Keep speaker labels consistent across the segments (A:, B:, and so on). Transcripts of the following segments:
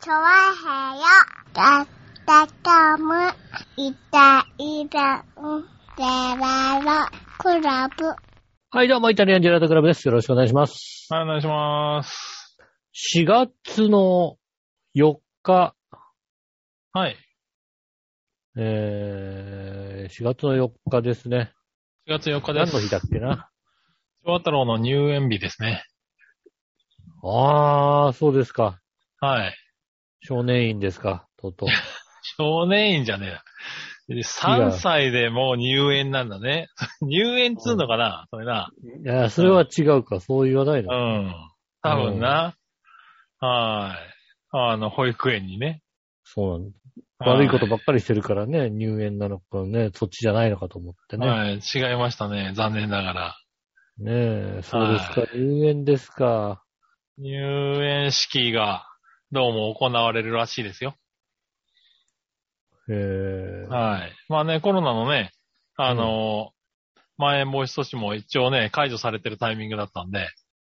A: チョワヘヨだったかむいたいたんでららクラブ
B: はい、どうも、イタリアンジェラートクラブです。よろしくお願いします。
C: はい、お願いします。
B: 4月の4日、
C: はい。
B: えー、4月の4日ですね。
C: 4月4日で
B: 何
C: す。
B: の日だっけな。
C: 昭和太郎の入園日ですね。
B: あー、そうですか。
C: はい。
B: 少年院ですか、とうとう。
C: 少年院じゃねえな。3歳でもう入園なんだね。 入園っつうのかな、それな。
B: いや、それは違うか、そう言わないうな。
C: ん。多分な。はい。あの、保育園にね。
B: そうなんだ。悪いことばっかりしてるからね、入園なのかね、そっちじゃないのかと思ってね。
C: はい。違いましたね。残念ながら。
B: ねえ、そうですか
C: は、
B: 入園ですか。
C: 入園式が、どうも行われるらしいですよ。
B: えー、
C: はい。まあね、コロナのね、あの、まん延防止措置も一応ね、解除されてるタイミングだったんで、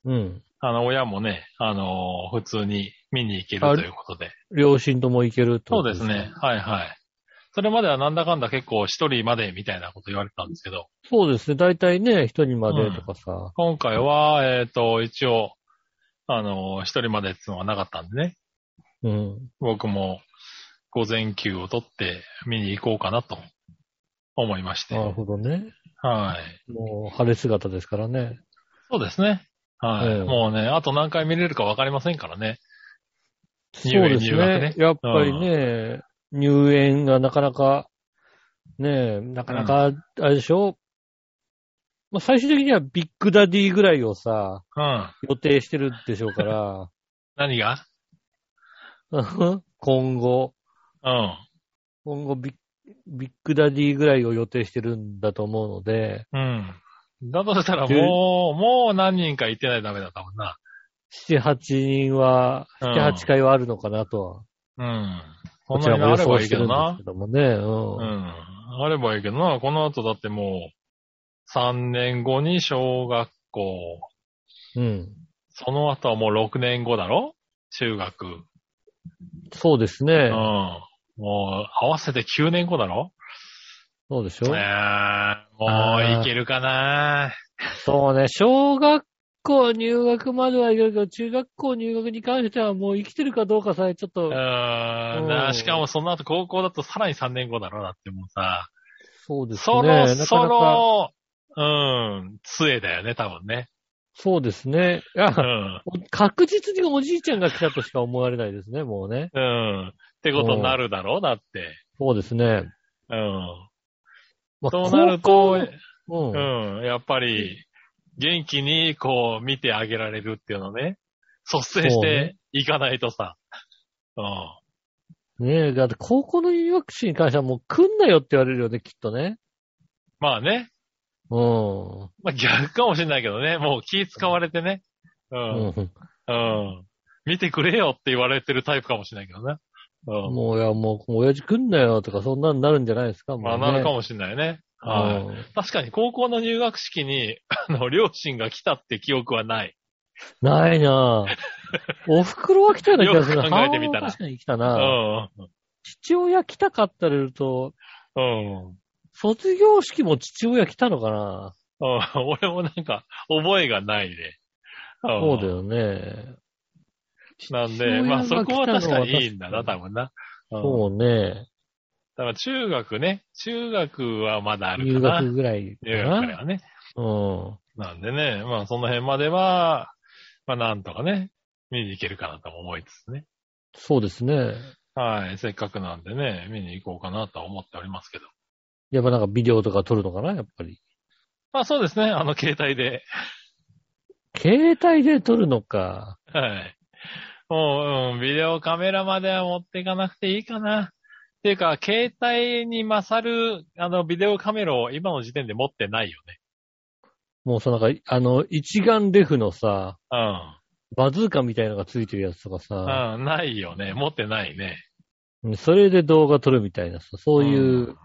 B: うん。
C: あの、親もね、あの、普通に見に行ける
B: あ
C: ということで。
B: 両親とも行けるって
C: そ
B: こ
C: う
B: と
C: ですね。。はいはい。それまではなんだかんだ結構一人までみたいなこと言われてたんですけど、
B: そうですね。大体ね、一人までとかさ。
C: 今回は、えっ、と、一応、あの、一人までっていうのはなかったんでね、
B: うん。
C: 僕も午前休を取って見に行こうかなと思いまして。
B: なるほどね。
C: はい。
B: もう、晴れ姿ですからね。
C: そうですね。はい。
B: ええ
C: もうね、あと何回見れるかわかりませんからね。
B: そう
C: 入
B: で
C: 園
B: す
C: 入学
B: ね
C: ね。
B: やっぱりね、入園がなかなか、ねえ、なかなか、あれでしょ、まあ、最終的にはビッグダディぐらいをさ、
C: うん。
B: 予定してるでしょうから、
C: 何が
B: うん今後、
C: うん。
B: 今後ビッビッグダディぐらいを予定してるんだと思うので、
C: うん。だとしたらもう、もう何人か行ってないとダメだったもんな。
B: 7、8人は、
C: うん
B: 7、8回はあるのかなとは、
C: うん。こ
B: こ
C: ん
B: ちら
C: なに
B: も
C: あ
B: 予
C: れば
B: 想
C: いい
B: し
C: け
B: てる
C: ど
B: んですけ。
C: な
B: どもね。
C: う
B: うん
C: ん。あればいいけどな。この後だってもう、3年後に小学校、
B: うん。
C: その後はもう6年後だろ中学。うん。
B: そうですね。
C: もう、合わせて9年後だろ
B: そうでし
C: ねえ
B: ょ、
C: もういけるかな。
B: そうね。小学校入学まではいろいろ中学校入学に関してはもう生きてるかどうかさえちょっ
C: う
B: と
C: ん。、なしかもその後高校だとさらに3年後だろだってもうさ。
B: そうです
C: そ
B: ね。
C: ろ
B: な
C: そ
B: かなか、
C: ろ、うん、杖だよね、多分ね。
B: そうですね。いうや、
C: ん。
B: 確実におじいちゃんが来たとしか思われないですね、もうね。
C: うん。ってことになるだろう、だって。
B: そうですね。
C: うん。
B: まあ
C: そうなると、
B: 高校
C: う
B: うん。
C: ん、やっぱり、元気にこう見てあげられるっていうのね。率先
B: そ
C: し
B: うね
C: ていかないとさ。う
B: ねえ、だって高校の入学式に関してはもう来んなよって言われるよね、きっとね。
C: ん。まあね。
B: うん。
C: まあ逆かもしれないけどね。もう気使われてね。うん。
B: うん
C: うん。見てくれよって言われてるタイプかもしれないけどね。うん。
B: もう、いや、もう、親父来んなよとか、そんなんなるんじゃないですか、もう、ね。
C: まあなるかもしれないね。はい。
B: うん
C: 確かに高校の入学式に、あの、両親が来たって記憶はない。
B: ないなぁ。お袋は来たような気がするな。
C: よく考えてみたら
B: 母親は確かに来た
C: う
B: な、
C: ん。
B: 父親来たかったら言うと、
C: うん。
B: 卒業式も父親来たのかな、
C: うん俺もなんか、覚えがないね。ん
B: そうだよね。
C: なん
B: 父親
C: で、
B: が
C: まあそこは確かにいいんだな、
B: 来た
C: 多
B: の
C: 分な。うん
B: そうね。
C: だから中学ね。中学はまだあ
B: 入
C: るかな。
B: 学ぐらいか
C: 入学から
B: な。
C: はね。
B: うん。
C: なんでね、まあその辺までは、まあなんとかね、見に行けるかなとも思いつつね。
B: そうですね。
C: はい。せっかくなんでね、見に行こうかなとは思っておりますけど。
B: やっぱなんかビデオとか撮るのかなやっぱり。
C: まあそうですね、あ の携帯で。
B: 携帯で撮るのか。
C: はい。もう、うん、ビデオカメラまでは持っていかなくていいかな。っていうか、携帯に勝る、あの、ビデオカメラを今の時点で持ってないよね。
B: もうさ、なんか、あの、一眼レフのさ、バズーカみたいなのがついてるやつとか
C: う
B: さ、
C: ん。うん、ないよね。持ってないね。
B: それで動画撮るみたいなさ、そういう、
C: うん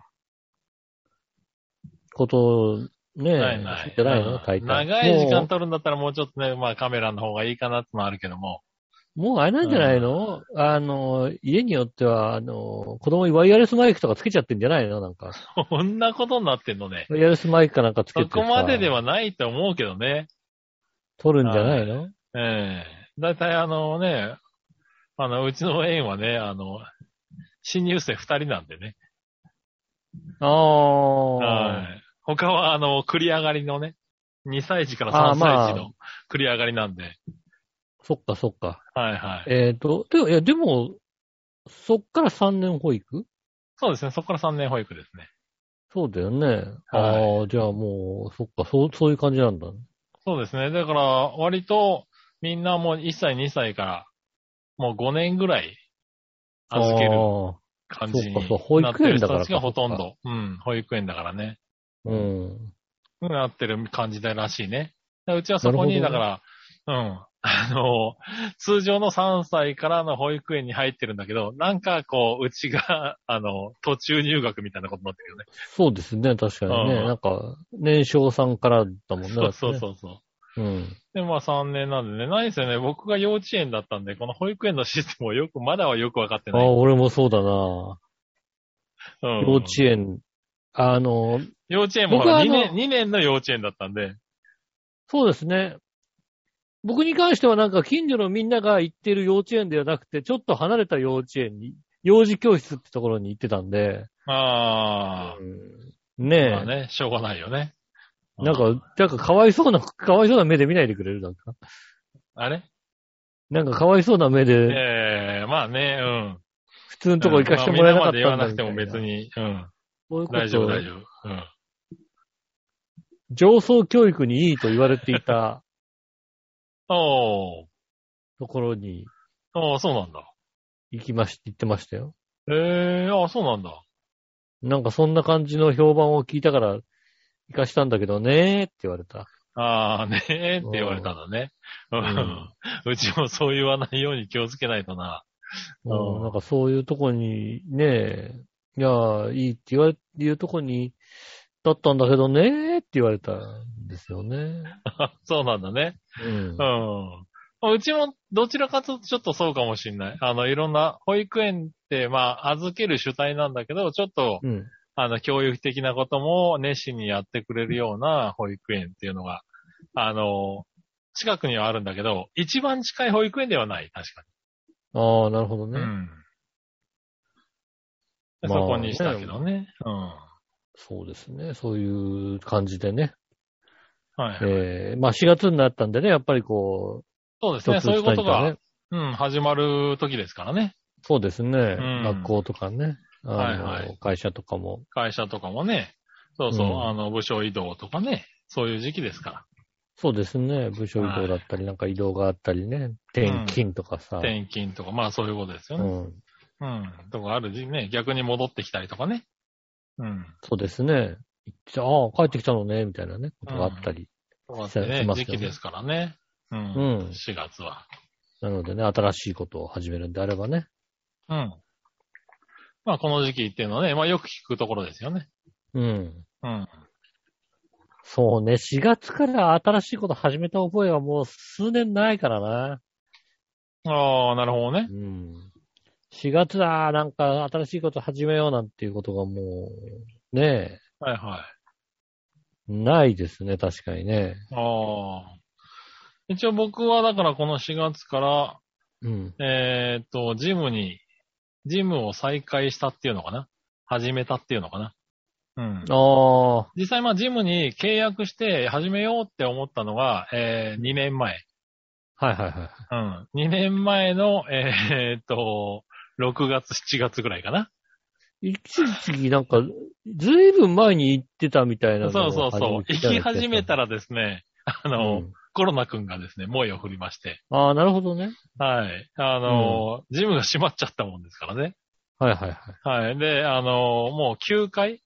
B: ことね、
C: ないない。
B: じゃないの
C: うん
B: 書いてある
C: 長い時間
B: も
C: 撮るんだったらもうちょっとね、まあカメラの方がいいかなってのはあるけども。
B: もうあれなんじゃないの、あの、家によっては、あの、子供にワイヤレスマイクとかつけちゃってんじゃないのなんか。
C: こんなことになってんのね。
B: ワイヤレスマイクかなんかつけ
C: そ
B: て
C: こまでで
B: は。
C: はないと思うけどね。
B: 撮るんじゃないの
C: ええだいたいあのね、あの、うちの園はね、あの、新入生二人なんでね。
B: ああ。
C: はい。他はあの、繰り上がりのね、2歳児から
B: あー
C: 3
B: まあ
C: 歳児の繰り上がりなんで。
B: そっかそっか。
C: はいはい。
B: えっ、と、でも、いや、でも、そっから3年保育
C: そうですね、そこから3年保育ですね。
B: そうだよね。ああ、じゃあもう、そっか、そう、そういう感じなんだ、ね。
C: そうですね。だから、割と、みんなもう1歳、2歳から、もう5年ぐらい、預け
B: あ
C: る
B: ー
C: 感じに
B: あーそうかそう保
C: なっ
B: 育
C: てる
B: 園だ
C: 人
B: から
C: た
B: か
C: ちがほとんど。うん、保育園だからね。
B: うん。
C: うんなってる感じだらしいね。だからうちはそこに、
B: な
C: だ
B: るほど
C: から、うん。あの、通常の3歳からの保育園に入ってるんだけど、なんかこう、うちが、 あの、途中入学みたいなことになってるよね。
B: そうですね、確かにね。
C: うん
B: なんか、年少さんからだもんね。
C: そうそう
B: だってね
C: そうそう。
B: うん。
C: で、まあ3年なんでね、何せね、僕が幼稚園だったんで、この保育園のシステムをよく、まだはよくわかって
B: あ
C: な
B: あ、
C: い。
B: 俺もそうだな。
C: うん
B: 幼稚園、あの、
C: 幼稚園もほ
B: 僕は
C: ら
B: あ
C: 2
B: の
C: 年、2年の幼稚園だったんで、
B: そうですね。僕に関してはなんか近所のみんなが行ってる幼稚園ではなくて、ちょっと離れた幼稚園に、幼児教室ってところに行ってたんで、
C: あ
B: ね
C: あ、
B: え、
C: まあね、しょうがないよね。
B: なんか、なんかかわいそうな、かわいそうな目で見ないでくれるなんか。
C: あれ
B: なんかかわいそうな目で、
C: ええまあね、うん。
B: 普通のとこ行かしてもらえなかったんだ
C: まあみんなまで言わなくても
B: みた
C: 別
B: い
C: に、うん。
B: そういうこと
C: 大丈夫、大丈夫。うん。
B: 上層教育にいいと言われていた
C: おー。
B: ところに
C: ああ、そうなんだ。
B: 行きまし、行ってましたよ。
C: ええああ、そうなんだ。
B: なんかそんな感じの評判を聞いたから、行かしたんだけどねーって言われた。
C: ああ、ねえって言われたんだね。うんん。うちもそう言わないように気をつけないとな。
B: う、
C: うんん
B: なんかそういうとこに、ねえ、いやー、いいって言われ、いうとこに、だったんだけどねーって言われたんですよね。
C: そうなんだね。
B: うん
C: う。ん。うちもどちらかとちょっとそうかもしんない。あの、いろんな保育園って、まあ、預ける主体なんだけど、ちょっと、
B: うん。
C: あの、教育的なことも熱心にやってくれるような保育園っていうのが、あの、近くにはあるんだけど、一番近い保育園ではない、確か
B: ああ、なるほど
C: に。
B: ね。
C: うん。
B: まあ
C: そこにしたけどね。うん。
B: そうですね。そういう感じでね。
C: はい。
B: えー、まあ4月になったんでね、やっぱりこ
C: そうで
B: う、
C: すね。そういうことが、
B: ね。
C: うん、始まる時ですからね。
B: そうですね。
C: ん
B: 学校とかね。あの
C: はいはい
B: 会社とかも。
C: 会社とかもね。そうそう、
B: うん
C: あの、部署移動とかね。そういう時期ですか
B: そうですね。部署移動だったり、なんか移動があったりね。転勤とかさ。
C: ら。転勤とか、まあそういうことですよね。
B: うん。
C: うん。とかある時ね。逆に戻ってきたりとかね。うん。
B: そうですね。行ってああ、帰ってきたのね、みたいなね、ことがあったり。
C: とかってね
B: しま、すよね
C: 時期ですからね。う。
B: うんん。
C: 4月は。
B: なのでね、新しいことを始めるんであればね。
C: うん。まあ、この時期っていうのはね、まあ、よく聞くところですよね。
B: うん。
C: うん。
B: そうね、4月から新しいこと始めた覚えはもう数年ないからな。
C: ああ、なるほどね。
B: うん。4月だ、なんか新しいこと始めようなんていうことがもう、ね
C: はいはい。
B: え、ないですね、確かにね。
C: ああ。一応僕は、だからこの4月から、
B: うん。
C: えーっと、ジムに、ジムを再開したっていうのかな始めたっていうのかなうん。
B: ああ、
C: 実際、まあ、ジムに契約して始めようって思ったのが、え2年前。
B: はいはいはい。
C: うん。2年前の、えーっと、6月、7月ぐらいかな。
B: 一時期なんか、ずいぶん前に行ってたみたいなの
C: そ
B: を
C: うそうそう。行き始めた
B: ら、
C: らですね、あ
B: う
C: の、
B: ん
C: コロナくんがですね、萌えを振りまして、
B: ああ、なるほどね。
C: はい。あの、ジムが閉まっちゃったもんですからね。
B: はいはいはい。
C: はい。で、あの、もう9回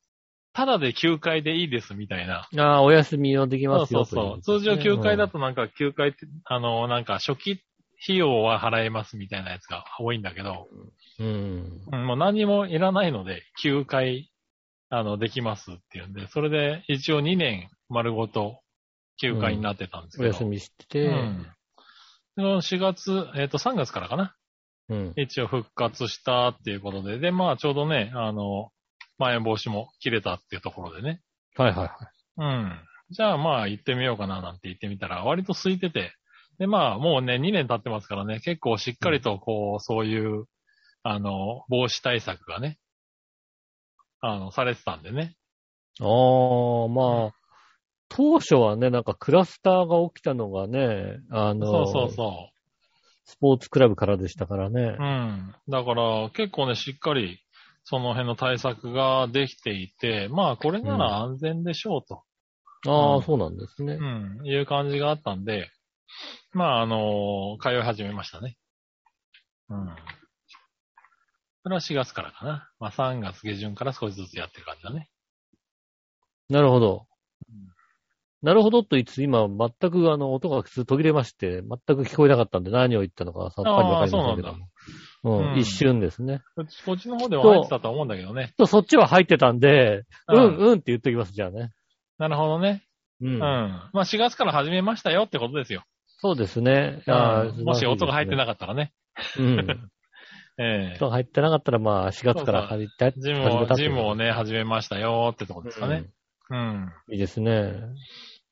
C: ただで9回でいいですみたいな。
B: ああ、お休みをでき
C: そ
B: ま
C: う
B: す
C: そ
B: よ
C: うそう。
B: とい
C: 通常
B: ことですね
C: 9回だとなんか9回って、あの、なんか初期費用は払えますみたいなやつが多いんだけど、
B: うん。
C: うんもう何もいらないので、9回、あの、できますっていうんで、それで一応2年丸ごと9回になってたんです
B: お
C: けど。
B: 休みしてて、
C: うんの4月、えっ、と、3月からかな。
B: うん。
C: 一応復活したっていうことで、で、まあちょうどね、あの、まん延防止も切れたっていうところでね。
B: はいはいはい。
C: うん。じゃあまあ行ってみようかななんて行ってみたら、割と空いてて。で、まあもうね、2年経ってますからね、結構しっかりとこう、そういう、あの、防止対策がね、あの、されてたんでね。
B: ああ、まあ、当初はね、なんかクラスターが起きたのがね、あ
C: そ
B: の、
C: うそうそ
B: スポーツクラブからでしたからね
C: う。う。ん。だから結構ね、しっかり、その辺の対策ができていて、まあこれなら安全でしょうと。
B: あ
C: う
B: あ、
C: ん
B: そうなんですね。
C: うん、いう感じがあったんで、まあ、あの通い始めましたね。うん。それは4月からかな。まあ、3月下旬から少しずつやってる感じだね。
B: なるほど
C: うん。
B: なるほどと言いつつ、今、全くあの、音が普通途切れまして、全く聞こえなかったんで、何を言ったのかさっぱりわかりませんけども。
C: なんだ
B: うん、
C: うん
B: 一瞬ですね。
C: こっちこっちの方では入ってたと思うんだけどね。
B: と、そっちは入ってたんで、う
C: うん
B: ん、うんって言っときます、じゃあね。
C: なるほどね。
B: う。
C: うんん。まあ、4月から始めましたよってことですよ。
B: そうですね。あ
C: うん、もし音が入って
B: かっ
C: なかったらね。
B: た。うん。
C: ええ
B: 人が入ってなかったら、まあ、4月から入った
C: ジム
B: 始めた
C: を、
B: って
C: ジ
B: こと
C: ムをね、始めましたよってとこですかね。うん。
B: うんいいですね。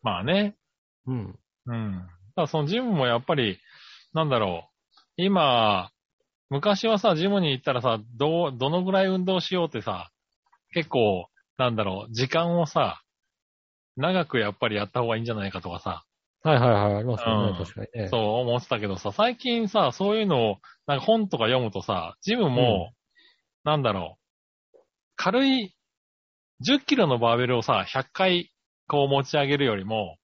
C: まあね。
B: うん。
C: うん。ただそのジムもやっぱり、なんだろう。今、昔はさ、ジムに行ったらさ、どう、どのぐらい運動しようってさ、結構、なんだろう、時間をさ、長くやっぱりやった方がいいんじゃないかとかさ、
B: はいはいはい、ありますよね、
C: うん
B: 確かにね。
C: そう思ってたけどさ、最近さ、そういうのを、なんか本とか読むとさ、ジムも、なんだろう、軽い、10キロのバーベルをさ、100回、こう持ち上げるよりも、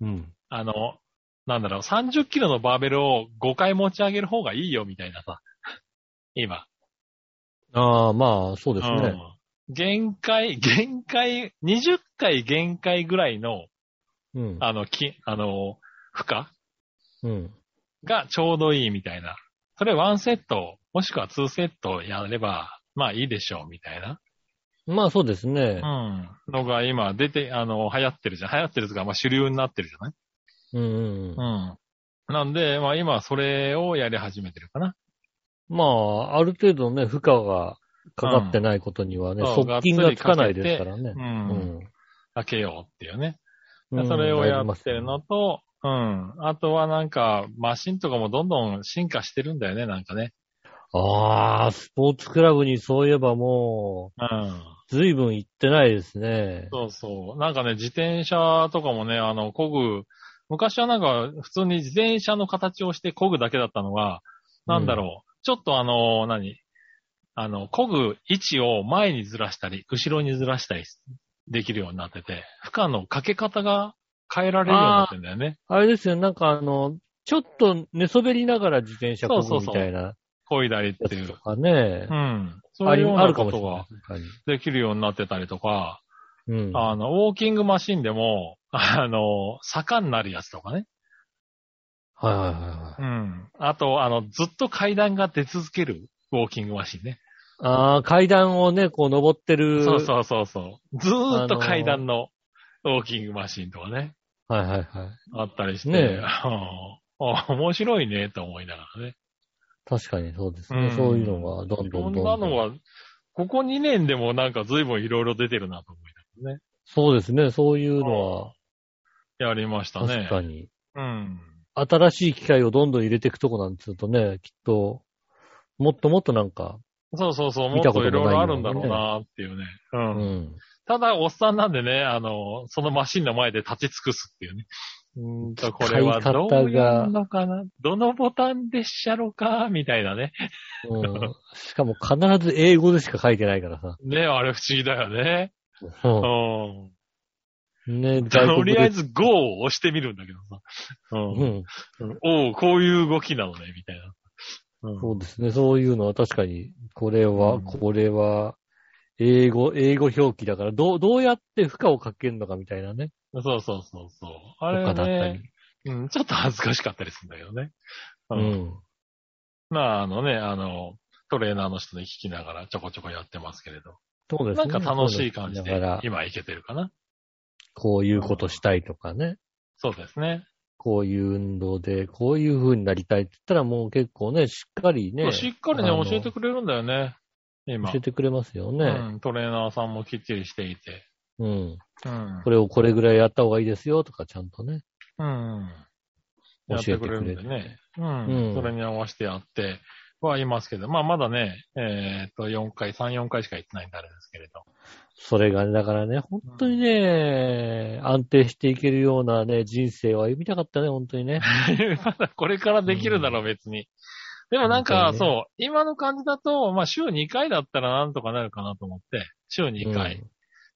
B: うん。
C: あの、なんだろう、30キロのバーベルを5回持ち上げる方がいいよ、みたいなさ。 今。
B: ああ、まあ、そうですね。
C: うん限界、限界、20回限界ぐらいの、
B: うん。
C: あの、き、あの、負荷
B: うん。
C: がちょうどいいみたいな。それ1セット、もしくは2セットやれば、まあいいでしょう、みたいな。
B: まあ、そうですね。
C: うん。のが今出て、あの、流行ってるじゃん。流行ってるとか、まあ主流になってるじゃない
B: うんうんうん。
C: うん。なんで、まあ今それをやり始めてるかな。
B: まあ、ある程度ね、負荷がかかってないことにはね、
C: うんそう
B: 側近がつかないですからね。
C: うん。開けようっていうね。
B: うん
C: それをやってるのと、うん。あとはなんか、マシンとかもどんどん進化してるんだよね、なんかね。
B: ああ、スポーツクラブにそういえばも
C: うん。
B: う、随分行ってないですね。
C: そうそう。なんかね、自転車とかもね、あの、こぐ、昔はなんか、普通に自転車の形をしてこぐだけだったのが、なんだろう。ちょっとあの、何あの、こぐ位置を前にずらしたり、後ろにずらしたりできるようになってて、負荷のかけ方が変えられるようになってんだよね。
B: あれですよ、なんかあの、ちょっと寝そべりながら自転車こ
C: そう
B: ぐみ
C: そうそう
B: たいな
C: こいだりっ
B: や
C: てい
B: つと
C: う。
B: かね
C: う。ん。そ
B: あ
C: ういう
B: り
C: よう
B: あ
C: な
B: るか
C: こ
B: もしれ
C: と
B: ない
C: が。できるようになってたりとか、
B: うん。
C: あの、ウォーキングマシンでも、あの、坂になるやつとかね。
B: はいはいはいはい。
C: うん。あと、あの、ずっと階段が出続けるウォーキングマシンね。
B: ああ、階段をね、こう登ってる。
C: そうそうそうそう。ずーっと階段のウォーキングマシンとかね。
B: う。はいはいはい。
C: あったりして。
B: ねえ
C: あ面白いね、と思いながらね。
B: 確かにそうですね。
C: うん
B: そういうのがどん
C: い
B: ど
C: ろ
B: ん
C: ん
B: どん
C: な
B: どん
C: のは、ここ2年でもなんか随分いろいろ出てるなと思いながらね。
B: そうですね。そういうの
C: やりました
B: は、
C: ね
B: 確。かに。
C: うん。
B: 新しい機械をどんどん入れていくとこなんてするとね、きっと、もっともっとなんか、
C: そうそうそう、も
B: 見
C: った
B: ことと
C: い
B: もない
C: ろいろあるんだろうなっていうね。
B: う
C: うん。
B: ん。
C: ただ、おっさんなんでね、あの、そのマシンの前で立ち尽くすっていうね。うーんと、これは
B: 使い
C: ど
B: 方が
C: ういうのかなどのボタンでっしゃろかみたいなね。
B: うん、しかも必ず英語でしか書いてない からさ。
C: ねあれ不思議だよね。うん。
B: うん。ね、外
C: と
B: 国
C: りあえ
B: で。
C: ず GO を押してみるんだけどさ。
B: う。
C: うんん。おう、こういう動きなのね、みたいな。うん
B: そうですね。そういうのは確かに、これは、
C: うん
B: これは、英語、英語表記だから、どう、どうやって負荷をかけるのかみたいなね。
C: そうそうそうそう。あ
B: とか
C: れ
B: だった
C: ね
B: り。、
C: うん、ちょっと恥ずかしかったりするんだけどね。
B: う。
C: うんまあ、あのね、あの、トレーナーの人に聞きながらちょこちょこやってますけれど。
B: そうです
C: な
B: ね。
C: んか楽しい感じ
B: だ
C: で
B: から、、
C: 今いけてるかな。
B: こういうことしたいとかね。
C: そうですね。
B: こういう運動で、こういう風になりたいって言ったらもう結構ね、しっかりね、
C: しっかりね
B: あの、
C: 教えてくれるんだよね。今。
B: 教えてくれますよ
C: う
B: ね。
C: ん。トレーナーさんもきっちりしていて。
B: うん。
C: うん
B: こ。れをこれぐらいやった方がいいですよとかちゃんとね、
C: うん。
B: 教え
C: やってて
B: く
C: く
B: れ
C: れ
B: る
C: る
B: んで
C: んでね。うん。
B: うん
C: それに合わせてやってはいますけど、まあまだね、えっと、4回、3、4回しか行ってないんであれですけれど。
B: それがね、だからね、本当にね、安定していけるようなね、人生を歩みたかったね、本当にね。
C: まだこれからできるだろう、別に。でもなんか、
B: 本当に
C: そう、今の感じだと、まあ週2回だったらなんとかなるかなと思って、週2回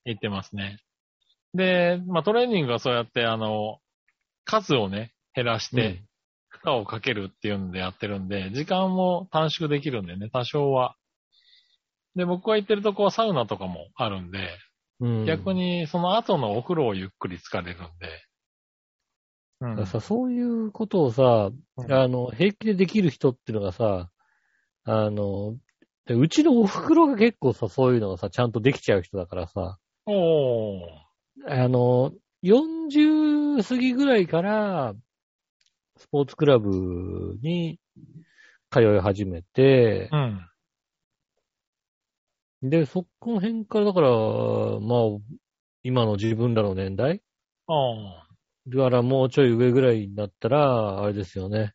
C: 行ってますね。で、まあトレーニングはそうやって、あの、数をね、減らし
B: うん、
C: て、負荷をかけるっていうんでやってるんで、時間も短縮できるんでね、多少は。で、僕が行ってるとこはサウナとかもあるんで、
B: うん
C: 逆。にその後のお風呂をゆっくり疲れるんで。う
B: だ
C: ん
B: からさ、そういうことをさ、
C: うん
B: あの、平気でできる人っていうのがさ、あの、でうちのお袋が結構さ、そういうのがさ、ちゃんとできちゃう人だからさ、
C: おー。
B: あの、40過ぎぐらいから、スポーツクラブに通い始めて、
C: うん。
B: で、そこの辺から、だから、まあ、今の自分らの年代
C: ああ。
B: だからもうちょい上ぐらいになったら、あれですよね。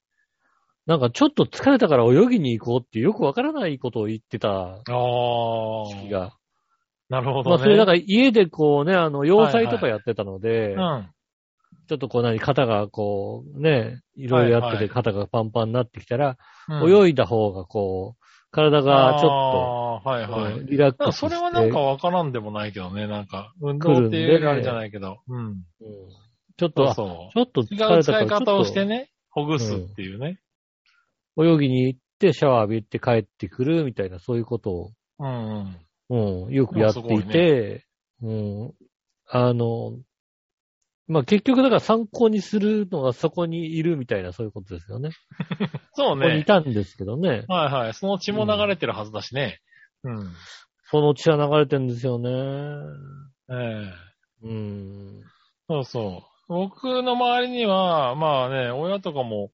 B: なんかちょっと疲れたから泳ぎに行こうってよくわからないことを言ってた
C: あ
B: 時期
C: あ。
B: が。
C: なる
B: ま
C: ほど
B: あ
C: ね。
B: それなんか家でこうね、あの、洋
C: はい
B: 裁
C: はい
B: とかやってたので、
C: うん。
B: ちょっとこう何、肩がこうね、いろいろやって
C: はいは
B: て
C: い
B: 肩がパンパンになってきたら、
C: い
B: 泳いだ方がこう、体がちょ
C: っと。はい
B: っと、
C: はい。
B: うんリラッ
C: なん
B: ク
C: か
B: スし
C: そ
B: て。
C: れはなんかわからんでもないけどね、なんか、運動っていうあれじゃないけど。うん。
B: うんちょっ
C: そう
B: と、
C: そう。
B: ちょっと疲れ
C: 違
B: たか
C: う
B: ら
C: 使い
B: ち
C: 方
B: ょ
C: を
B: っと
C: してね、ほぐすっていうね。
B: 泳ぎに行ってシャワー浴びて帰ってくるみたいな、そういうことを
C: うんうん。
B: うん、よくやっていて、うん、あの、まあ、結局だから参考にするのがそこにいるみたいなそういうことですよね。
C: そう
B: ここにい
C: ね。
B: たんですけどね。
C: はいはい。その血も流れてるはずだしね。うん。
B: その血は流れてるんですよね。
C: ええ
B: うん。
C: そうそう。僕の周りには、まあね、親とかも、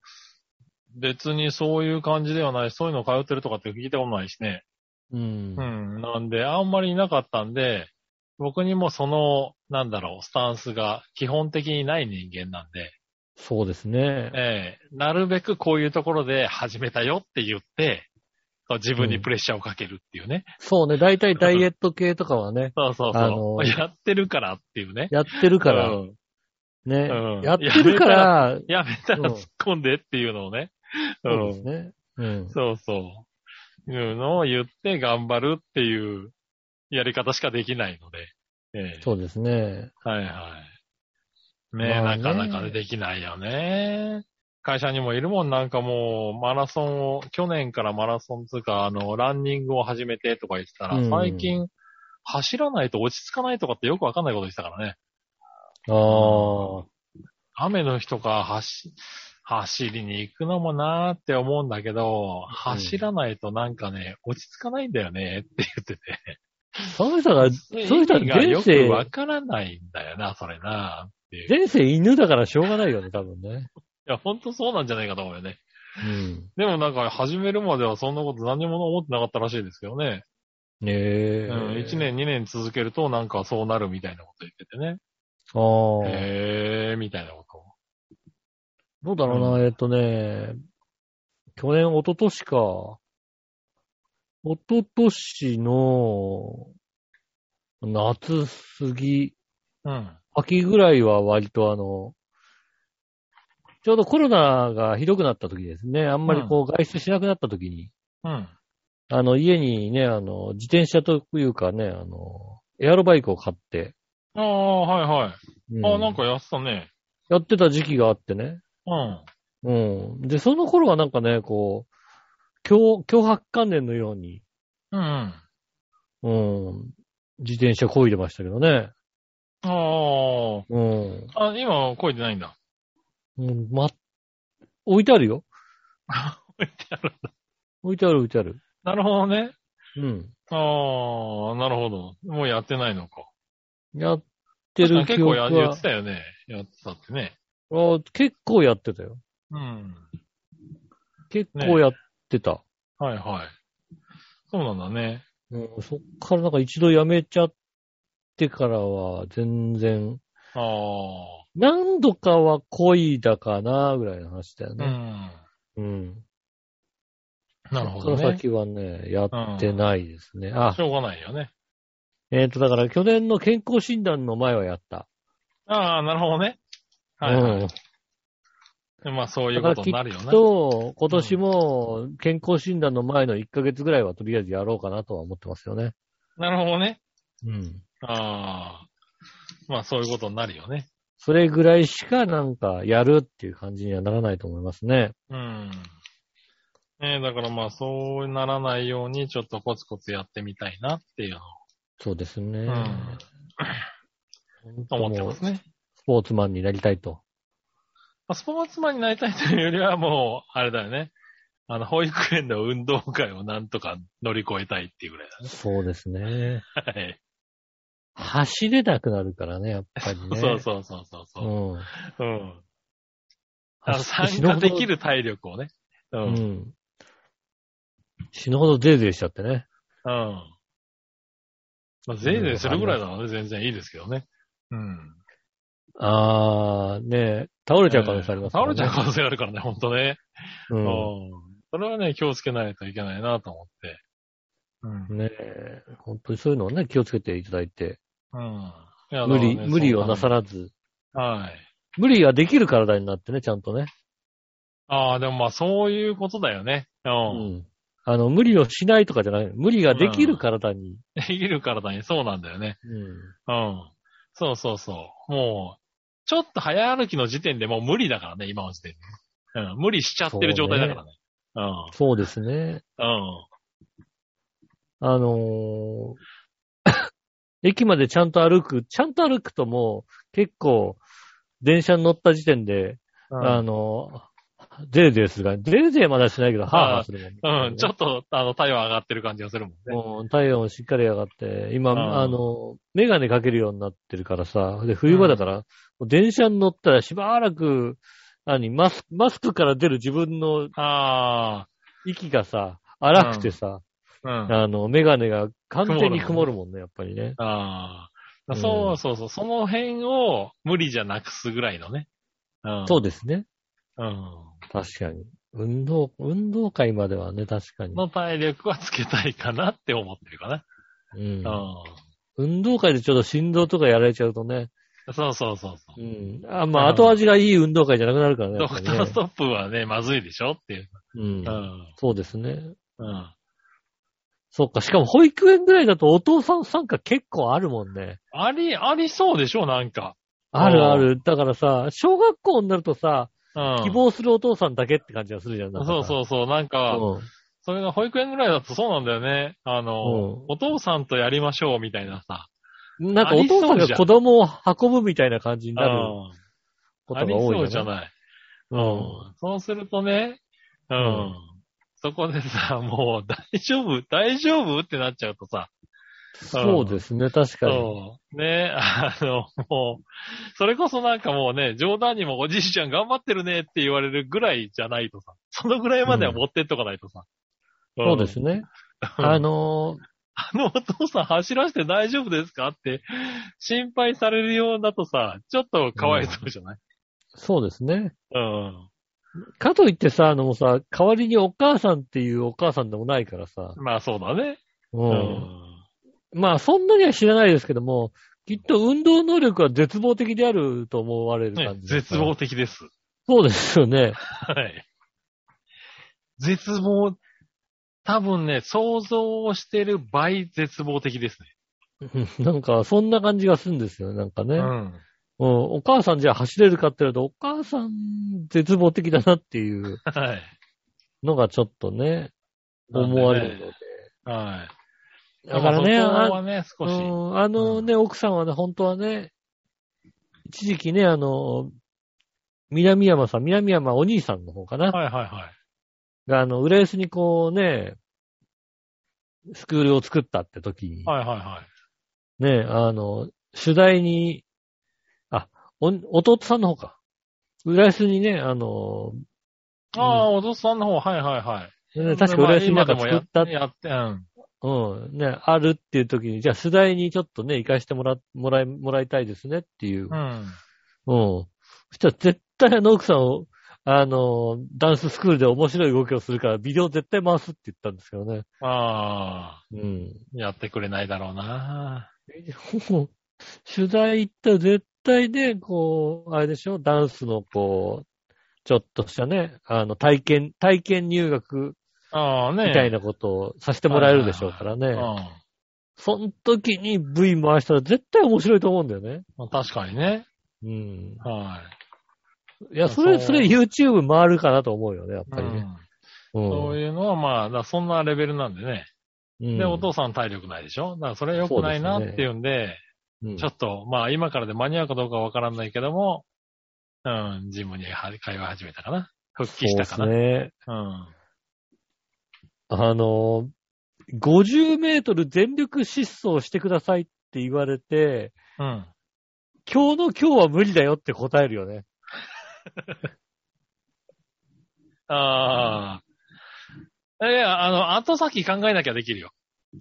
C: 別にそういう感じではないし、そういうの通ってるとかって聞いたことないしね。
B: うん
C: う。ん。なんで、あんまりいなかったんで、僕にもその、なんだろう、スタンスが基本的にない人間なんで、
B: そうですね。
C: ええなるべくこういうところで始めたよって言って、こう自分にプレッシャーをかけるっていうね。
B: そうね。大体ダイエット系とかはね、
C: そうそうそう。
B: あのー
C: やってるからっていうね。
B: やってるから、
C: うん
B: ね、
C: うん
B: やってるから、
C: やめた
B: う
C: ら
B: ん
C: 突っ込んでっていうのをね。う
B: そうです
C: ん。
B: ね。うん。
C: そうそう。いうのを言って頑張るっていうやり方しかできないので。ええ
B: そうですね。
C: はいはい。ねえ、
B: まあね
C: なかなかねできないよね。会社にもいるもん、なんかもう、マラソンを、去年からマラソンつうか、あの、ランニングを始めてとか言ってたら、
B: うん
C: 最近、走らないと落ち着かないとかってよくわかんないこと言ってたからね。
B: ああ。
C: 雨の日とか走、走りに行くのもなーって思うんだけど、走らないとなんかね、落ち着かないんだよねって言ってて。
B: その人が、そういう人は
C: 意味が
B: 前
C: よく
B: 世、
C: わからないんだよな、それな。っていう。い
B: 前世犬だからしょうがないよね、多分ね。
C: や、ほんとそうなんじゃないかと思うよね。
B: うん。
C: でもなんか始めるまではそんなこと何も思ってなかったらしいですけどね。
B: ねえ。
C: うん、1。年2年続けるとなんかそうなるみたいなこと言っててね。
B: ああ。
C: へー、みたいなこと。
B: どうだろうな、えっとね、去年、一昨年か。一昨年の、夏過ぎ、
C: うん。
B: 秋ぐらいは割とあの、ちょうどコロナがひどくなった時ですね。あんまりこう外出しなくなった時に、
C: うん。
B: あの、家にね、あの、自転車というかね、あの、エアロバイクを買って、
C: ああ、はいはい。
B: うん
C: ああ、なんかやってたね。
B: やってた時期があってね。
C: うん。
B: うん。で、その頃はなんかね、こう、脅、脅迫観念のように、
C: うん。うん
B: うん、自転車漕いでましたけどね。
C: あ
B: うん。
C: あ、あ、今は声出ないんだ。
B: もうま、置いてあ るよ。置いてある、置いてある。
C: なるほどね。
B: うん。
C: ああ、なるほど。もうやってないのか。
B: やってる記
C: 確かに結
B: 憶
C: 構や言っ
B: は
C: て、たよね。やってたってね。
B: あ結構やってたよ。
C: うん。
B: 結構やってた。
C: はいはい。そうなんだね。
B: うん、そっからなんか一度やめちゃってからは全然、
C: あ
B: 何度かは恋だかな、ぐらいの話だよ
C: あ。う
B: ね。
C: ん。
B: うん。
C: なるほど
B: その
C: ね。し
B: 先はね、やってないですね。あ、
C: ょうがないよね。
B: えっ、と、だから去年の健康診断の前はやった。
C: ああ、なるほどね。はい、はい
B: うん。
C: まあそうい
B: だ
C: う
B: か
C: こ
B: ら
C: と
B: き
C: になる
B: っ
C: よね。
B: と、今年も健康診断の前の1ヶ月ぐらいはとりあえずやろうかなとは思ってますよね。
C: なるほどね。
B: うん。
C: ああ。まあそういうことになるよね。
B: それぐらいしかなんかやるっていう感じにはならないと思いますね。
C: うん。ねえ、だからまあそうならないようにちょっとコツコツやってみたいなっていう
B: そうですね。
C: のを、うん、と思ってますね。
B: スポーツマンになりたいと。
C: まあスポーツマンになりたいというよりはもう、あれだよね。あの、保育園の運動会をなんとか乗り越えたいっていうぐらい
B: そうですね。
C: だね。はい。
B: 走れなくなるからね、やっぱりね。
C: そうそうそうそうそう。
B: うん。
C: うん。あの
B: 走って
C: 参
B: 死ぬ
C: 加
B: ほど
C: できる体力をね。う。
B: うん
C: うん。
B: ん。死ぬほどゼーゼーしちゃってね。
C: まあ、ぜいぜいするぐらいならね、全然いいですけどね。うん。
B: あー、ねえ倒れちゃう可能性ありますからね。
C: 倒れちゃう可能性あるからね、ほんとね。
B: う。
C: うんん。それはね、気をつけないといけないなと思って。うん。
B: ねえ、本当にそういうのをね、気をつけていただいて、
C: うん。いや
B: 無理、無理をなさ
C: ら
B: らず、
C: はい。
B: 無理ができる体になってね、ちゃんとね。
C: ああ、でもまあそういうことだよね。う。
B: うんん。あの、無理をしないとかじゃない、無理ができる体に。
C: できる体にそうなんだよね。
B: うん。
C: うん。そうそうそう。もう、ちょっと早歩きの時点でもう無理だからね、今の時点で。うん。無理しちゃってる状態だからね。
B: そうですね。
C: うん。うん。
B: あのー駅までちゃんと歩く、ちゃんと歩くともう、結構、電車に乗った時点で、あのーゼーゼーするから、ゼーゼーまだしないけど、ハーハーするもんね、
C: うん、ちょっと、あの、体温上がってる感じがするもんね。
B: もう体温もしっかり上がって、今、
C: うん
B: あの、メガネかけるようになってるからさ、で、冬場だから、もう電車に乗ったらしばらく、何、マスマスクから出る自分の
C: あ
B: 息がさ、荒くてさ、
C: あ、うん。あ
B: あの、メガネが完全に曇るもんね、やっぱりね。
C: あー。
B: うん
C: そうそうそう。その辺を無理じゃなくすぐらいのね。うん。
B: そうですね。
C: うん。
B: 確かに。運動、運動会まではね、確かに。
C: の体力はつけたいかなって思ってるかな。
B: うん
C: う、
B: 運動会でちょっと心臓とかやられちゃうとね、
C: ん。そうそうそうそうう。
B: ん。あ、まあ、後味がいい運動会じゃなくなるからね。や
C: ド
B: っぱ
C: ク
B: り
C: タ
B: ね
C: ーストップはね、まずいでしょっていう。
B: うん
C: う。ん。
B: そうですね。
C: うん。
B: そっか、しかも保育園ぐらいだとお父さん参加結構あるもんね。
C: あり、ありそうでしょなんか。
B: ある
C: あー
B: ある。だからさ、小学校になるとさ、
C: うん。
B: 希望するお父さんだけって感じがするじゃん。
C: そう
B: う
C: そうそう。なんか、
B: そ
C: それが保育園ぐらいだとそうなんだよね。あの、
B: うん
C: お父さんとやりましょうみたいなさ。
B: うん。なんかお父さん
C: ありそうじ
B: が
C: ゃ
B: 子
C: ん
B: 供を運ぶみたいな感じになる
C: うん
B: こと
C: あ
B: が
C: り
B: 多いよね。
C: そうじゃない。
B: う
C: うん。そうするとね、うん。
B: うん
C: そこでさ、 もう大丈夫大丈夫ってなっちゃうとさ。
B: そうですね、確かに。
C: そう。ね、あの、もう、それこそなんかもうね、冗談にもおじいちゃん頑張ってるねって言われるぐらいじゃないとさ、そのぐらいまでは持ってっとかないとさ。ん
B: そう です。ね。
C: うん
B: あのー
C: あのお父さん走らせて大丈夫ですかって心配されるようだとさ、ちょっとかわいそうじゃない、
B: そうですね。
C: うん、
B: かといってさ、あのもうさ、代わりにお母さんっていうお母さんでもないからさ。
C: まあそうだね。
B: う。
C: うん
B: まあ、そんなには知らないですけども、きっと運動能力は絶望的であると思われる
C: ね
B: 感じ、
C: 絶望。的です。
B: そうですよね。
C: はい。絶望、多分ね、想像をしてる倍絶望的です
B: なんか、そんな感じがするんですよね、なんかね。
C: ね。
B: うん、
C: ん。
B: お母さんじゃあ走れるかって言うと、お母さん絶望的だなっていう
C: はい。
B: のがちょっとね、
C: なんでね
B: 思われるので。
C: はい。
B: だからね、
C: まあそこ
B: あ
C: はね、少し。
B: うんあのね、奥さんはね、本当はね、一時期ね、あの、南山さん、南山お兄さんの方かな。
C: はいはいは
B: が、あの、浦安にこうね、スクールを作ったって時に
C: い。、はいはいはい。
B: ね、あの、取材に、あ、お、弟さんの方か。浦安にね、あの、
C: ああ、お父さんの方、はいはいはい。
B: ね確か浦安になんか作った
C: まあ今でもややって、うん。
B: うん。ね、あるっていう時に、じゃあ世代にちょっとね、行かしてもら、もらい、もらいたいですねっていう。
C: う
B: うん。
C: ん。
B: そしたら絶対あの奥さんを、あの、ダンススクールで面白い動きをするから、ビデオ絶対回すって言ったんですけどね。
C: ああ、
B: うん。
C: やってくれないだろうな。
B: もう 取材行ったら絶対で、こう、あれでしょ、ダンスのこう、ちょっとしたね、あの、体験、体験入学
C: ああ、ね
B: みたいなことをさせてもらえるでしょうからね。
C: うん
B: その時に V 回したら絶対面白いと思うんだよね。
C: まあ。確かにね。
B: うん。
C: はい
B: や、
C: そ
B: そうれ、それ YouTube 回るかなと思うよね、やっ
C: い。
B: ぱりね。
C: うん
B: う
C: そうんいうのは、まあ、だからそんなレベルなんでね。
B: うん。
C: で、お父さん体力ないでしょだからそれは良くないなっていうんで、
B: うん
C: ちょっと、まあ、今からで間に合うかどうかわからないけども、うん、ジムには会話始めたかな。復帰したかな。
B: そううですね。
C: ん。
B: あの、50メートル全力疾走してくださいって言われて、
C: うん。
B: 今日の今日は無理だよって答えるよね。
C: ああ。いや、あの、後先考えなきゃできるよ。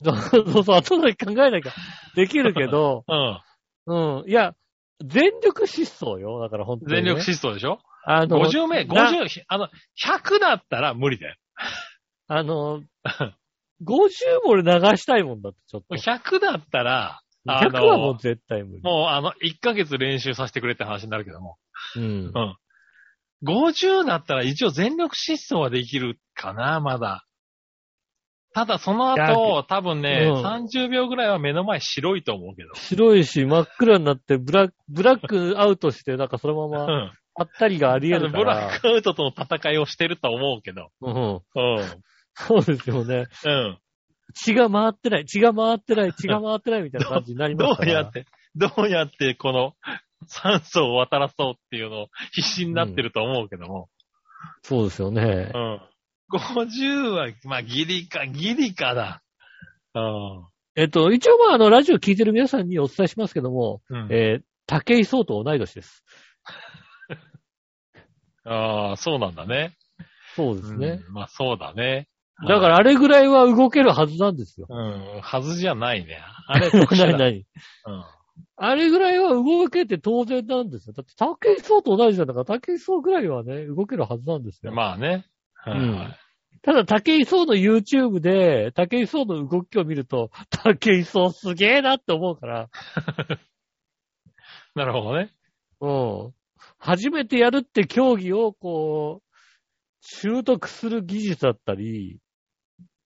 B: そうそう、後で考えなきゃできるけど、
C: うん。
B: うん。いや、全力疾走よ。だから本当に、ね。
C: 全力
B: 走。
C: 疾走でしょ
B: あの、
C: ?50 名、
B: な
C: 50、あの、100だったら無理だよ。
B: あの、50も俺流したいもんだって、ちょっと。
C: 100だったら、 あ
B: 100はも
C: の
B: う、絶対無理。
C: もうあの、1ヶ月練習させてくれって話になるけども。
B: うん
C: う。ん。50だったら一応全力疾走はできるかな、まだ。ただその
B: いや
C: 後、多分ね、
B: うん
C: 30秒ぐらいは目の前白いと思うけど。
B: 白いし、真っ暗になって、ブラック、ブラックアウトして、なんかその
C: う
B: まま、
C: ん。
B: あったりがあり
C: あ
B: 得
C: の
B: るか
C: ブラッ
B: ら。
C: クアウトとの戦いをしてると思うけど。
B: うん。
C: うん。
B: そうですよね。
C: うん。
B: 血が回ってない、血が回ってない、血が回ってないみたいな感じになりま
C: ど
B: すか
C: う
B: ら。
C: やって、どうやってこの酸素を渡らそうっていうのを必死になってると思うけども。
B: そうですよね
C: う。ん。50は、まあ、ギリか、ギリかだ。うん。
B: えっと、一応まあ、あの、ラジオ聞いてる皆さんにお伝えしますけども、
C: うん、
B: えー、竹井壮と同い年です。
C: ああ、そうなんだね。
B: そうですね。
C: うんまあ、そうだね。
B: だから、あれぐらいは動けるはずなんですよ。
C: うん、はずじゃない ね。あれ、特殊だ
B: 何何
C: うん。
B: あれぐらいは動けて当然なんですよ。だって、竹井壮と同じなんだから、竹井壮ぐらいはね、動けるはずなんですよ。
C: まあね。はいはい
B: ただ、竹井壮の YouTube で、竹井壮の動きを見ると、竹井壮すげえなって思うから、
C: なるほどね。
B: うん。初めてやるって競技を、こう、習得する技術だったり、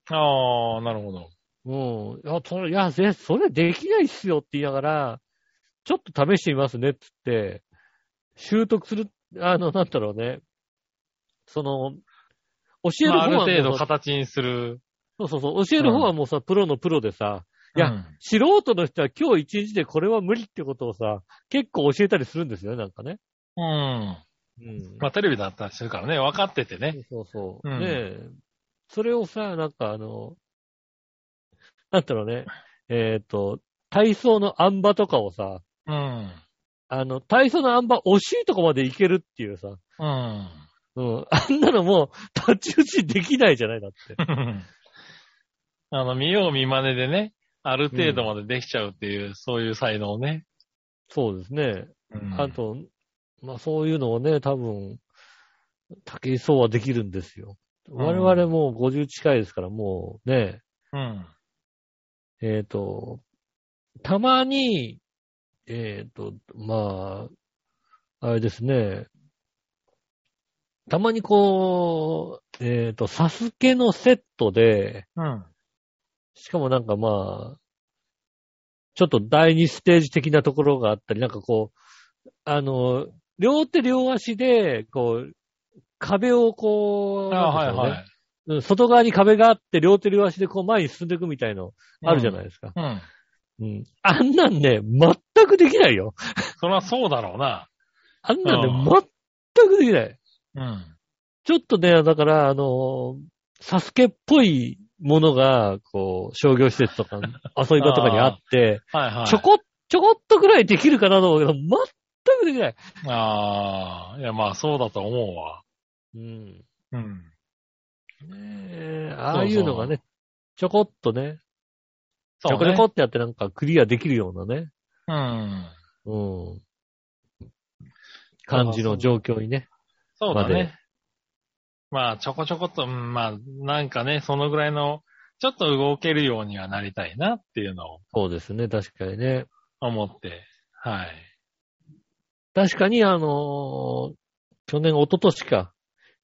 C: ああ、なるほど。
B: うん。いや、それ、いや、ぜそれできないっすよって言いながら、ちょっと試してみますねっつって、習得する、あの、なんだろうね。その、教える
C: まあ、あ
B: 方
C: る
B: は
C: 程
B: も
C: 度
B: うさ、
C: 形にする。
B: そうそうそう、教える方はもうさ、プロのプロでさ、いや
C: うん
B: 素人の人は今日一日でこれは無理ってことをさ、結構教えたりするんですよね、なんかね。
C: うん。
B: うん。
C: まあ、テレビだったりするからね、分かっててね。
B: そうそう。
C: うん
B: ねえ。それをさ、なんかあの、なんだろうね、えっ、と、体操のあん馬とかをさ、
C: うん。
B: あの、体操のあん馬惜しいとこまでいけるっていうさ、
C: うん。
B: うん。あんなのもう、立ち打ちできないじゃないだって。
C: あの、見よう見真似でね、ある程度までできちゃうっていう、そういう才能ね。
B: そうですね。
C: うん
B: あと、まあそういうのをね、多分、竹井壮はできるんですよ。
C: うん
B: 我々もう50近いですから、もうね、
C: うん。
B: えっ、と、たまに、えっ、と、まあ、あれですね、たまにこう、えっ、と、サスケのセットで、
C: うん。
B: しかもなんかまあ、ちょっと第二ステージ的なところがあったり、なんかこう、あの、両手両足で、こう、壁をこう、
C: あ
B: なんでしょうね
C: はいはい。
B: うん外側に壁があって、両手両足でこう前に進んでいくみたいの、あるじゃない
C: い。
B: ですか。
C: うん。
B: うん。あんなんね、全くできないよ。
C: それはそうだろうな。
B: あんなん
C: あ
B: ね、全くできない。
C: うん。
B: ちょっとね、だから、あの、サスケっぽいものが、こう、商業施設とか、 遊び場とかにあって、
C: はいはい。
B: ちょこ、ちょこっとぐらいできるかなと思うけど、くできない。
C: ああ、いや、まあ、そうだと思うわ。
B: うん。ね
C: うん。
B: え、ああいうのがね、ちょこっとね、ち
C: そ
B: ょ
C: う
B: こちょこ
C: ね。
B: ってやってなんかクリアできるようなね、
C: うん。
B: うん。感じの状況にね。
C: そうだ
B: まで
C: ね。まあ、ちょこちょこっと、うんまあ、なんかね、そのぐらいの、ちょっと動けるようにはなりたいなっていうのを
B: そうですね、確かにね。
C: 思って、はい。
B: 確かに、あのー去年、一昨年か、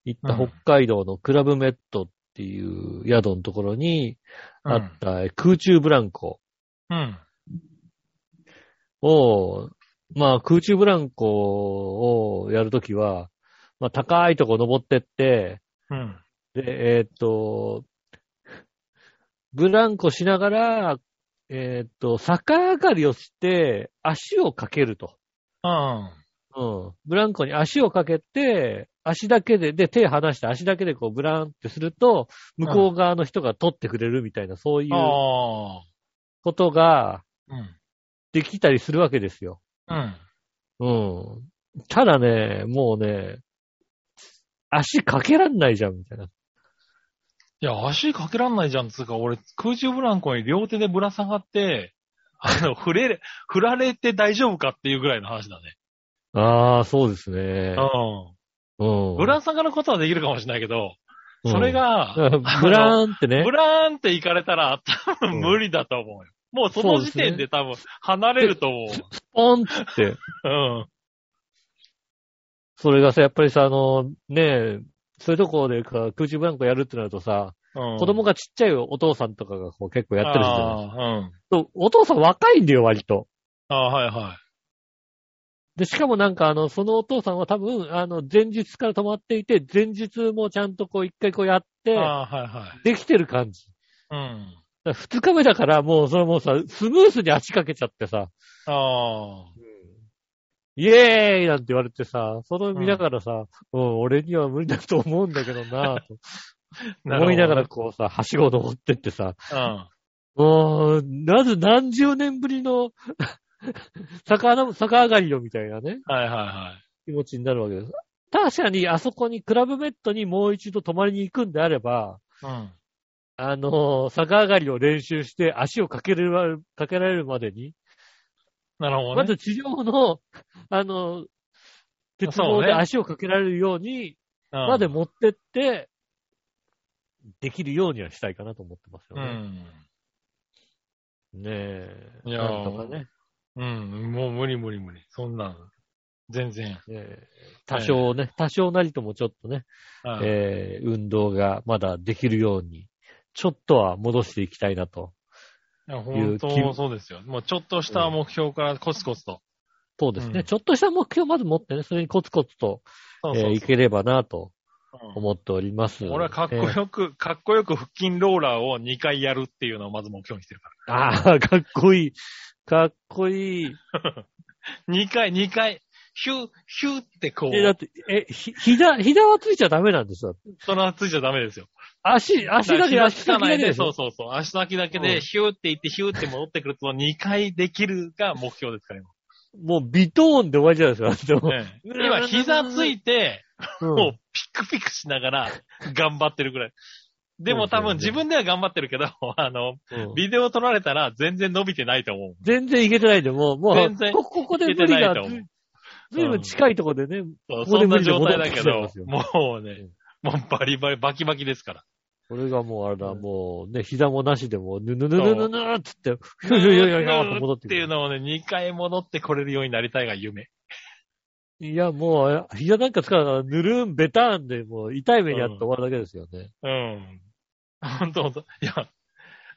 B: 行った
C: うん
B: 北海道のクラブメットっていう宿のところに
C: うん
B: あったえ空中ブランコ
C: うん。
B: を、まあ空中ブランコをやるときは、まあ高いとこ登ってって、
C: うん。
B: で、えーっと、ブランコしながら、えーっと、逆上がりをして足をかけると。
C: うん。
B: うん。ブランコに足をかけて、足だけで、で、手離して足だけでこうブランってすると、向こう側の人が取ってくれるみたいな、そういう
C: ああ。
B: ことが
C: うん。
B: できたりするわけですよ。
C: うん。
B: うん。ただね、もうね、足かけらんないじゃん、みたいな。
C: いや、足かけらんないじゃん、つうか、俺、空中ブランコに両手でぶら下がって、あの、触れる、振られて大丈夫かっていうぐらいの話だね。
B: ああ、そうですね。
C: うん。
B: うん。
C: ぶら下がることはできるかもしれないけど、それが、
B: うん、 ブラーンってね。
C: ブラーンって行かれたら、多
B: うん
C: 分無理だと思うよ。もうそ
B: そう
C: の
B: で
C: 時
B: すね
C: 点で多分離れると思
B: スポンっつって。
C: う。うん。
B: それがさ、やっぱりさ、あの、ねえ、そういうとこでか空中ブランコやるってなるとさ、
C: うん、
B: 子供がちっちゃいお父さんとかがこう結構やってるじゃない
C: ああ、うん。
B: そうお父さん若いんだよ、割と。
C: ああ、はいはい。
B: で、しかもなんか、あの、そのお父さんは多分、あの、前日から泊まっていて、前日もちゃんとこう一回こうやって、
C: ああ、はいはい。
B: できてる感じ。
C: うん。
B: だから二日目だから、もう、それもうさ、スムースに足かけちゃってさ、
C: あ
B: イエーイなんて言われてさ、その見ながらさ、うん、俺には無理だと思うんだけどなぁと
C: あ。
B: 思いなが
C: ら
B: らこうさ、はしごを登ってってさ、。
C: うん。
B: うーん、なぜ何十年ぶりの 逆な、逆上がりよみたいなね、
C: はいはいはい。
B: 気持ちになるわけです。確かに、あそこにクラブベッドにもう一度泊まりに行くんであれば、
C: うん。
B: あのー逆上がりを練習して足をかけれる、かけられるまでに、
C: なるほど
B: ま
C: ね。
B: ず地上の、 あの、鉄
C: そ
B: 棒
C: う
B: で
C: ね
B: 足をかけられるように、
C: うん
B: まで持ってって、できるようにはしたいかなと思ってます
C: う
B: よね。
C: ん。
B: ねえ。
C: いや
B: なん
C: ー
B: とかね。
C: うん。もう無理無理無理。そんなん。全然。
B: ねえ多少ね、多少なりともちょっとね、
C: はい
B: えー運動がまだできるように、ちょっとは戻していきたいなと。
C: いや本
B: いう
C: 当そうですよ。もうちょっとした目標からコツコツと。
B: そうですね。
C: うん
B: ちょっとした目標をまず持ってね、それにコツコツと、
C: そう
B: え
C: そ
B: ー
C: う
B: い
C: そ
B: ければなと
C: ううん
B: 思っております。
C: 俺はかっこ
B: えー
C: よく、かっこよく腹筋ローラーを2回やるっていうのをまず目標にしてるか
B: ああ、かっこいい。かっこいい。
C: ら。2回、2回、ヒュー、ヒューってこ
B: え、だっ
C: う、
B: て、え、ひ、ひだ、ひだはついちゃダメなんですよ。
C: そのついちゃダメですよ。
B: 足、足だけ、
C: 膝
B: 足
C: つか
B: 先
C: な
B: だ
C: い
B: けで
C: で、
B: し
C: そ
B: ょ
C: う。そうそう。足先だけ
B: うん
C: で、ヒューって行って、ヒューって戻ってくると、2回できるが目標ですから、今。
B: もう微トーンで終わりじゃないですか。でも
C: ね今、膝ついて、
B: うん
C: もうピクピクしながら頑張ってるぐらい。でも多分自分では頑張ってるけど、あの、
B: うん
C: ビデオ撮られたら全然伸びてないと思う。
B: 全然いけてないんで、もう、も
C: 全然
B: う、こここで無理
C: いけてな
B: が
C: いと思う、
B: ずいぶん近いところでね、
C: そ
B: こ
C: う
B: こ
C: そ
B: で
C: ん
B: 無
C: な
B: 理で
C: 状
B: 戻
C: 態
B: っ
C: だ
B: てき
C: け
B: ちゃい
C: ど
B: ますよ、
C: もうね、もうバリバリ、バキバキですから。
B: これがもうあれだ、
C: うん
B: もうね、膝もなしでもう、ぬぬぬぬぬぬーっつって、ひょ
C: い
B: ひょひょひょ
C: い
B: ひょって戻ってく
C: っていう
B: る。
C: のをね、2回戻ってこれるようになりたいが夢。
B: いや、もう、膝なんかつかないから、ぬるん、べたーんで、もう、痛い目にあって終わるだけですよね。
C: うん。本当本当いや、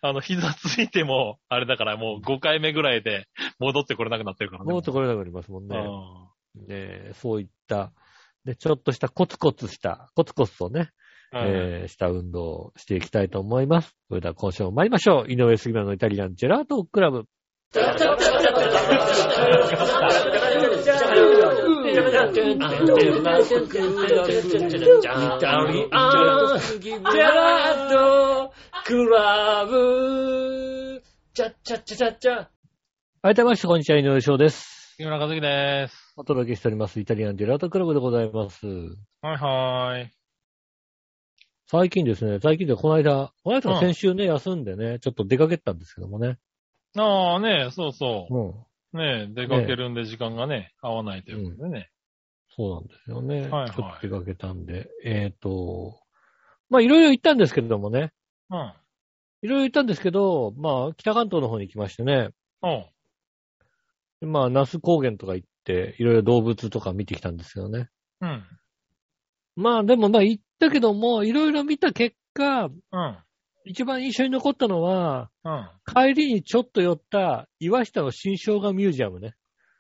C: あの、膝ついても、あれだからもう5回目ぐらいで戻ってこれなくなってるからね。
B: 戻ってこれなくなりますもん
C: う
B: ね。
C: ん
B: ねえそういった、ね、ちょっとしたコツコツした、コツコツとね、
C: うん
B: えーした運動をしていきたいと思います。それでは今週も参りましょう。井上杉村のイタリアンジェラートクラブ。
D: ジェラードクラブチャチャチャチャチャ
B: 改めまして、こんにちは、井上翔です。
C: 木村和樹です。
B: お届けしております。イタリアンジェラートクラブでございます。
C: はいはい。
B: 最近ですね、最近でこの間、この間
C: うん
B: は先週ね、休んでね、ちょっと出かけたんですけどもね。
C: ああ、ねそうそう
B: うん。
C: う。ね出かけるんで時間がね、合わないということでね。
B: そうなんですよね。
C: はいはい
B: ちょっと出かけたんで。えっ、と、まあいろいろ行ったんですけれどもね。
C: うん。
B: いろいろ行ったんですけど、まあ北関東の方に行きましてね。
C: おう
B: でまあ那須高原とか行って、いろいろ動物とか見てきたんですけどね。
C: うん。
B: まあでもまあ行ったけども、いろいろ見た結果、
C: うん。
B: 一番印象に残ったのは、
C: うん。
B: 帰りにちょっと寄った岩下の新生姜ミュージアムね。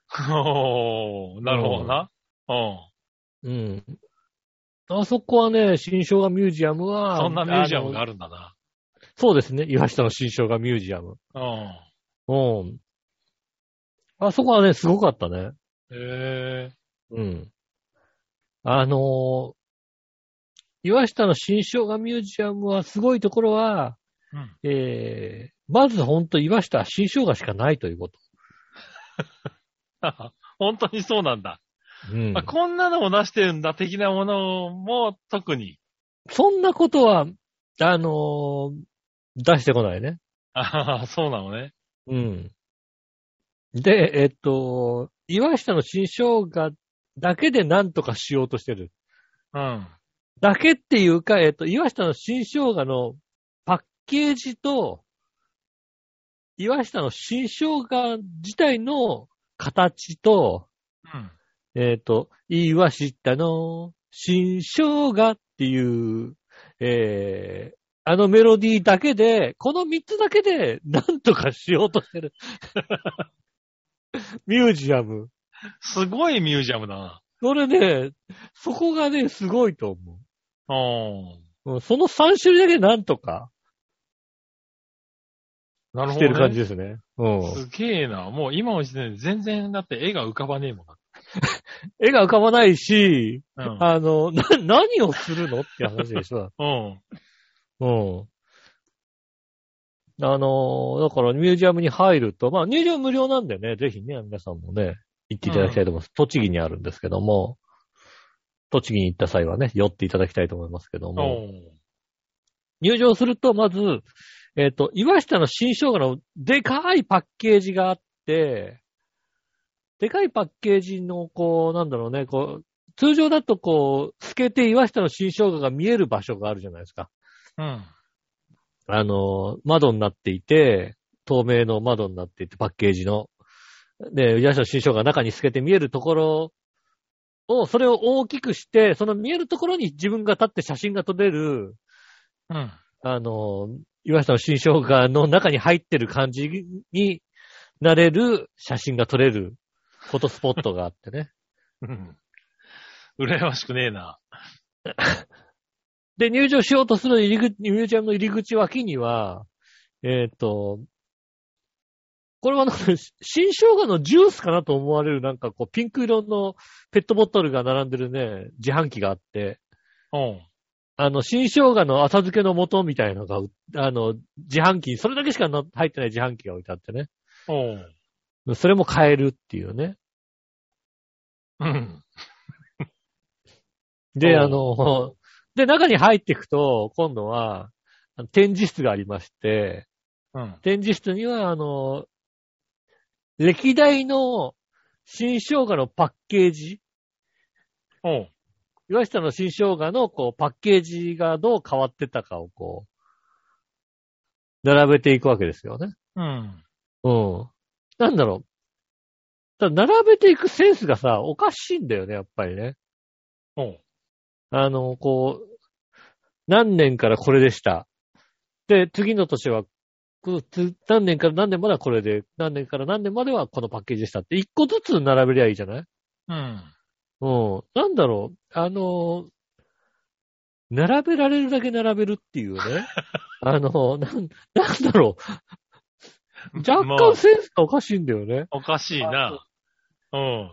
C: おー、なるほどな。う
B: う
C: ん。
B: ん。あそこはね、新生姜ミュージアムは、
C: そんなミュージアムが
B: あ
C: あ
B: の
C: るんだな。
B: そうですね、岩下の新生姜ミュージアム。
C: うん。
B: うん。あそこはね、すごかったね。
C: へえ。
B: うん。あのー岩下の新生姜ミュージアムはすごいところは、
C: うん。
B: えー、まずほんと岩下は新生姜しかないということ。
C: 本当にそうなんだ。
B: うん
C: あ、こんなのも出してるんだ、的なものも特に。
B: そんなことは、あのー出してこないね。
C: ああ、そうなのね。
B: うん。で、えっと、岩下の新生姜だけで何とかしようとしてる。
C: うん。
B: だけっていうか、えっと、岩下の新生姜のパッケージと、岩下の新生姜自体の形と、
C: うん。
B: えっと、岩下の新生姜っていう、えー、あのメロディーだけで、この3つだけでなんとかしようとしてる。 ミュージアム。
C: すごいミュージアムだな。
B: それね、そこがね、すごいと思う。
C: うん。
B: うんその3種類だけなんとか
C: な
B: し
C: るほど、ね。
B: てる感じですね。うん。
C: すげえな。もう今の時点で全然だって絵が浮かばねえもん
B: 絵が浮かばないし、
C: な。
B: あの、な、何をするのって話でしょ。
C: うん。うん。
B: うん。あの、だからミュージアムに入ると、まあ入場無料なんでね、ぜひね、皆さんもね、行っていただきたいと思います。栃木にあるんですけども、栃木に行った際はね、寄っていただきたいと思いますけど
C: お
B: も、入場すると、まず、えっ、と、岩下の新生姜のでかいパッケージがあって、でかいパッケージの、こう、なんだろうね、こう、通常だとこう、透けて岩下の新生姜が見える場所があるじゃないですか。
C: うん。
B: あの、窓になっていて、透明の窓になっていて、パッケージの。で、岩下の新生姜が中に透けて見えるところを、それを大きくして、その見えるところに自分が立って写真が撮れる、
C: うん。
B: あの、岩下の新生姜の中に入ってる感じになれる写真が撮れるフォトスポットがあってね。
C: うん。羨ましくねえな。
B: で、入場しようとする入り口、ミュージアムの入り口脇には、えっ、と、これはなんか、新生姜のジュースかなと思われるなんかこうピンク色のペットボトルが並んでるね、自販機があって、
C: うん。
B: あの、新生姜の浅漬けの素みたいなのがう、あの、自販機、それだけしかな入ってない自販機が置いてあってね。
C: おう
B: それも買えるっていうね。
C: うん。
B: で、
C: おう
B: あの、で、中に入っていくと、今度は、あの展示室がありまして、
C: うん。
B: 展示室には、あの、歴代の新生姜のパッケージ、
C: おう
B: 岩下の新生姜のこうパッケージがどう変わってたかをこう、並べていくわけですよね。
C: うん。
B: うん。なんだろう。ただ並べていくセンスがさ、おかしいんだよね、やっぱりね。
C: おう
B: あの、こう、何年からこれでした。で、次の年は、こうつ何年から何年まではこれで、何年から何年まではこのパッケージでしたって、一個ずつ並べりゃいいじゃない
C: うん。
B: うん。なんだろう、あの、並べられるだけ並べるっていう ね。あの、なん、なんだろう。若
C: まあ
B: 干センスがおかしいんだよね。
C: おかしいな。うん。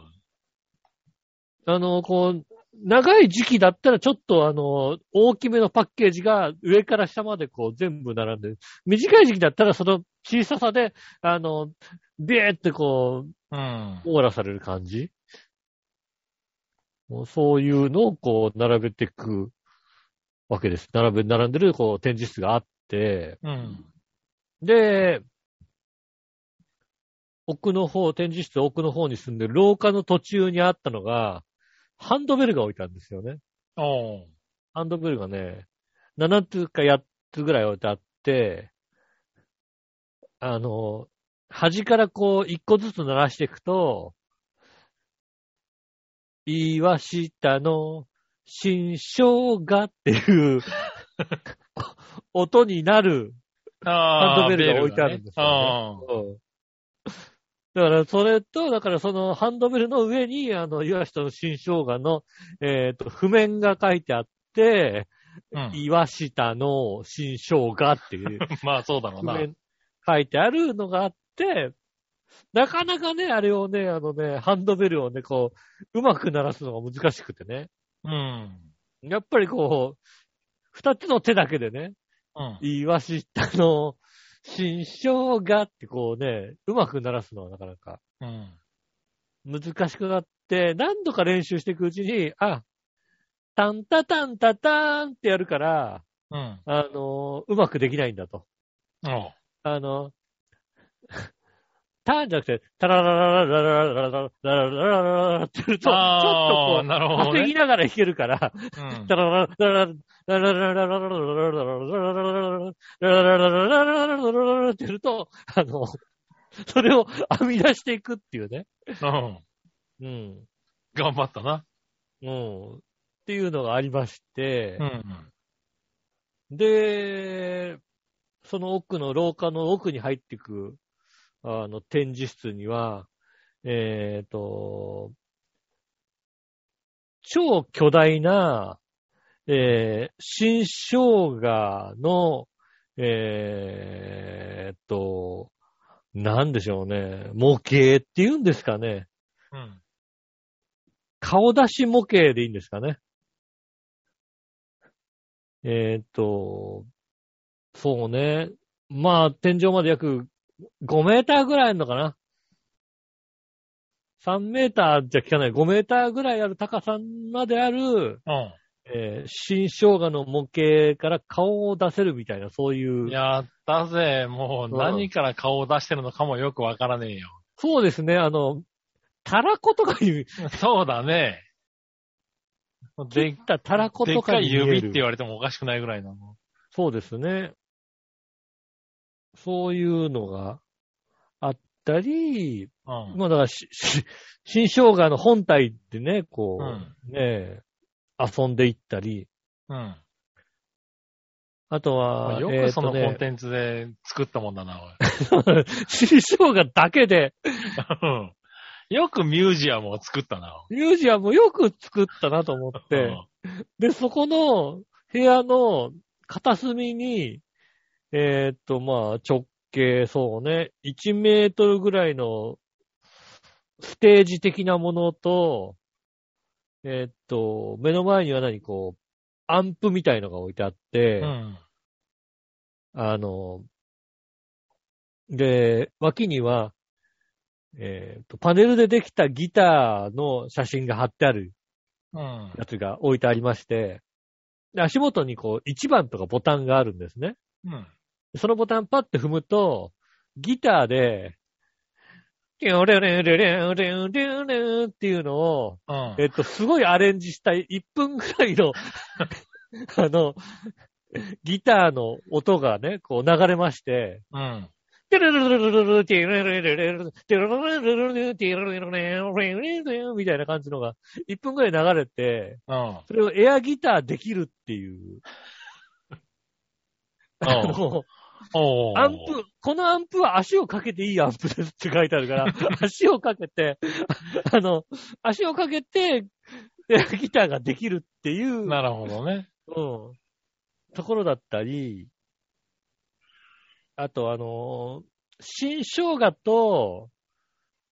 B: あの、こう、長い時期だったらちょっとあの、大きめのパッケージが上から下までこう全部並んでる。短い時期だったらその小ささで、あの、ビーってこ
C: うん
B: う、。オーラされる感じそういうのをこう、並べていくわけです。並べ、並んでるこう、展示室があって、
C: うん。
B: で、奥の方、展示室奥の方に住んでる廊下の途中にあったのが、ハンドベルが置いたんですよね。
C: おう
B: ハンドベルがね、7つか8つぐらい置いてあって、あの、端からこう、1個ずつ鳴らしていくと、岩下の新生姜っていう音になる
C: ああ、
B: ハンドベルが置いてあるんですよね
C: ね。
B: うんだから、それと、だからそのハンドベルの上に、あの、岩下の新生姜の、えっ、と、譜面が書いてあって、
C: うんうん
B: 岩下の新生姜っていう
C: まあそうだろう
B: 譜
C: な。
B: 面書いてあるのがあって、なかなかね、あれをね、あのね、ハンドベルをね、こう、うまく鳴らすのが難しくてね。
C: うん。
B: やっぱりこう、二つの手だけでね、
C: うん。
B: いわし、あの、新生姜ってこうね、うまく鳴らすのはなかなか
C: うん。
B: 難しくなって、何度か練習していくうちに、あ、タンタタンタターンってやるから、
C: うん。
B: あの、うまくできないんだと。
C: おう
B: あの、ターンじゃなくて、タラララララララララララララララって言うと、ち
C: あ
B: ょっ
C: あ、
B: とこ
C: なる
B: う、
C: ほど
B: 稼ぎ
C: ね。
B: ながら弾けるから、
C: うん
B: タララララララララララララララララララララララララララララってやると、あの、それを編み出していくっていうね。
C: うん。
B: うん。
C: 頑張ったな。
B: うん。っていうのがありまして
C: う、ん。
B: で、その奥の廊下の奥に入っていく、あの、展示室には、えっ、と、超巨大な、えー新生姜の、えーっと、なんでしょうね、模型っていうんですかね。
C: うん。
B: 顔出し模型でいいんですかね。えーっと、そうね。まあ、天井まで約5メーターぐらいあるのかな。3メーターじゃ効かない。5メーターぐらいある高さまである、
C: うん。
B: えー新生姜の模型から顔を出せるみたいな、そういう。
C: やったぜ。もう何から顔を出してるのかもよくわからねえ よ。
B: そうですね。あの、たらことかに、
C: そうだね。
B: で
C: で
B: っ、たたらこ
C: でっ
B: と
C: か
B: かに
C: い
B: 見える
C: 指って言われてもおかしくないぐらいなの。
B: そうですね。そういうのがあったり、
C: うん。
B: まあだからし、し新生姜の本体ってね、こう、
C: うん
B: ねえ、遊んでいったり、
C: うん。
B: あとは、
C: よ
B: えー
C: くその
B: とね
C: コンテンツで作ったもんだな、
B: 新生姜だけで、
C: おいうんよくミュージアムを作ったな。
B: ミュージアムよく作ったなと思っ
C: う
B: て、
C: ん
B: で、そこの部屋の片隅に、えーっと、まあ、直径、そうね、1メートルぐらいのステージ的なものと、えーっと、目の前には何、こう、アンプみたいのが置いてあって、
C: うん。
B: あの、で、脇には、えーっと、パネルでできたギターの写真が貼ってある
C: うん。
B: やつが置いてありまして、で足元にこう1番とかボタンがあるんですね。
C: うん。
B: そのボタンパッて踏むと、ギターで、リュンリュンリュンリュンリュンリュンリュンっていうのを、
C: うん
B: えっと、すごいアレンジした1分ぐらいの、あの、ギターの音がね、こう流れまして、
C: うん。
B: テルルルルルルテルルルルルルテルルルルルルテルルルルルルルルみたいな感じのが1分ぐらい流れて、
C: うん。
B: それをエアギターできるっていう。
C: あ
B: あの、
C: おう
B: アンプ、このアンプは足をかけていいアンプですって書いてある から、足をかけて、あの、足をかけて、エアギターができるっていう、
C: なるほどね。
B: うん、ところだったり、あとあの、新生姜と、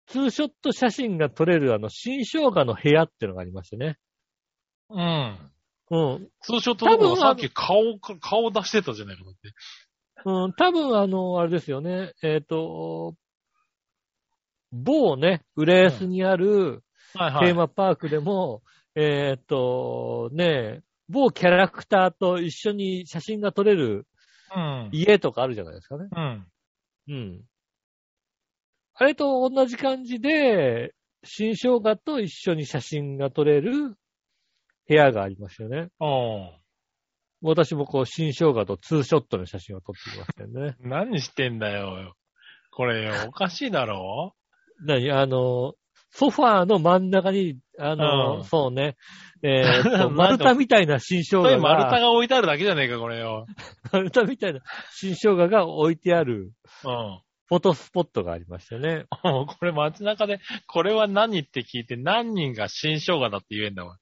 B: ツーショット写真が撮れるあの、新生姜の部屋ってのがありましてね。
C: うん。
B: うん。
C: ツーショットとか
B: 多
C: も
B: 分
C: さっき顔か、顔出してたじゃないかなって。
B: うん、多分あの、あれですよね。えっ、と、某ね、浦安にある
C: はい
B: テ
C: はい。
B: ーマパークでも、えーっと、ねえ、某キャラクターと一緒に写真が撮れる
C: うん。
B: 家とかあるじゃないですかね。
C: うん。
B: うん。あれと同じ感じで、新生姜と一緒に写真が撮れる部屋がありますよね。
C: おー
B: 私もこう、新生姜とツーショットの写真を撮ってきましたよね。
C: 何してんだよ。これよ、おかしいだろ
B: 何あの、ソファーの真ん中に、あの、
C: うん
B: そうね、えーっ
C: なんか
B: と、丸太みたいな新生姜
C: それ
B: が、
C: 丸太
B: 丸
C: が置いてあるだけじゃねえか、これよ。
B: 太みたいな新生姜が置いてある
C: うん。
B: フォトスポットがありましたね。
C: もう これ街中で、これは何って聞いて何人が新生姜だって言えんだわ。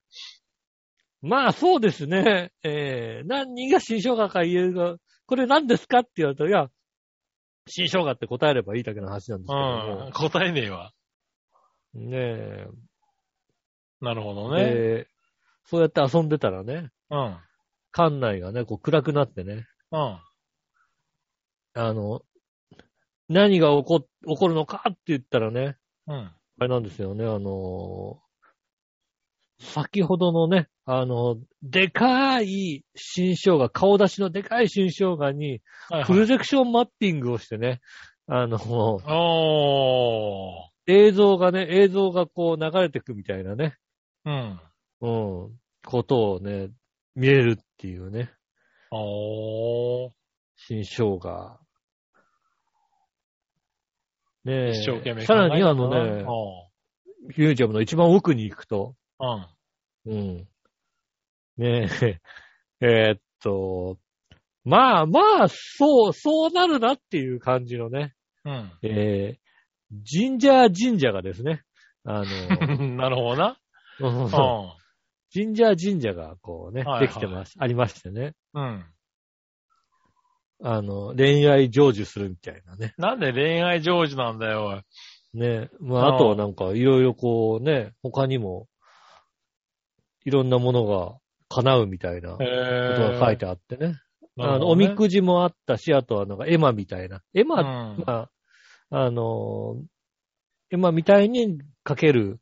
B: まあそうですね。えー、何人が新生姜か言えるが、これ何ですかって言われたら、いや、新生姜って答えればいいだけの話なんですけど
C: う
B: も
C: ん。。答えねえわ。
B: ねえ。
C: なるほどね。
B: でそうやって遊んでたらね、
C: うん。
B: 館内がね、こう暗くなってね、
C: うん。
B: あの、何が起こ、起こるのかって言ったらね、
C: うん。
B: あれなんですよね、あのー先ほどのね、あの、でかい新生姜、顔出しのでかい新生姜に、
C: はい
B: プ
C: は
B: ロ
C: い、
B: ジェクションマッピングをしてね、あの、
C: おー。
B: 映像がね、映像がこう流れてくみたいなね、
C: うん。
B: うん、ことをね、見れるっていうね、
C: おー。
B: 新生姜。ねえ、
C: 一生懸命考
B: さ
C: えたな。
B: らにあのね、ミュージアムの一番奥に行くと、
C: うん。うん。
B: うん。ねえ、 えーっと、まあまあ、そう、そうなるなっていう感じのね、
C: うん。
B: えー、ジンジャージンジャーがですね、あ
C: なるほどな。
B: の、う
C: う
B: んジンジャー神社がこうね
C: はい、はい
B: できてます、ありましてね。
C: ん。うん。
B: あの、恋愛成就するみたいなね。
C: なんで恋愛成就なんだよ、おい
B: ね。まあ、
C: ああ
B: あとはなんかいろいろこうね、他にも、いろんなものが叶うみたいなこ
C: え
B: とが書いてあってね。あの、おみ
C: じ。
B: くじもあったし、あとはなんか絵馬みたいな。絵
C: う
B: 馬、
C: ん。
B: まあ、あの、絵馬みたいに書ける、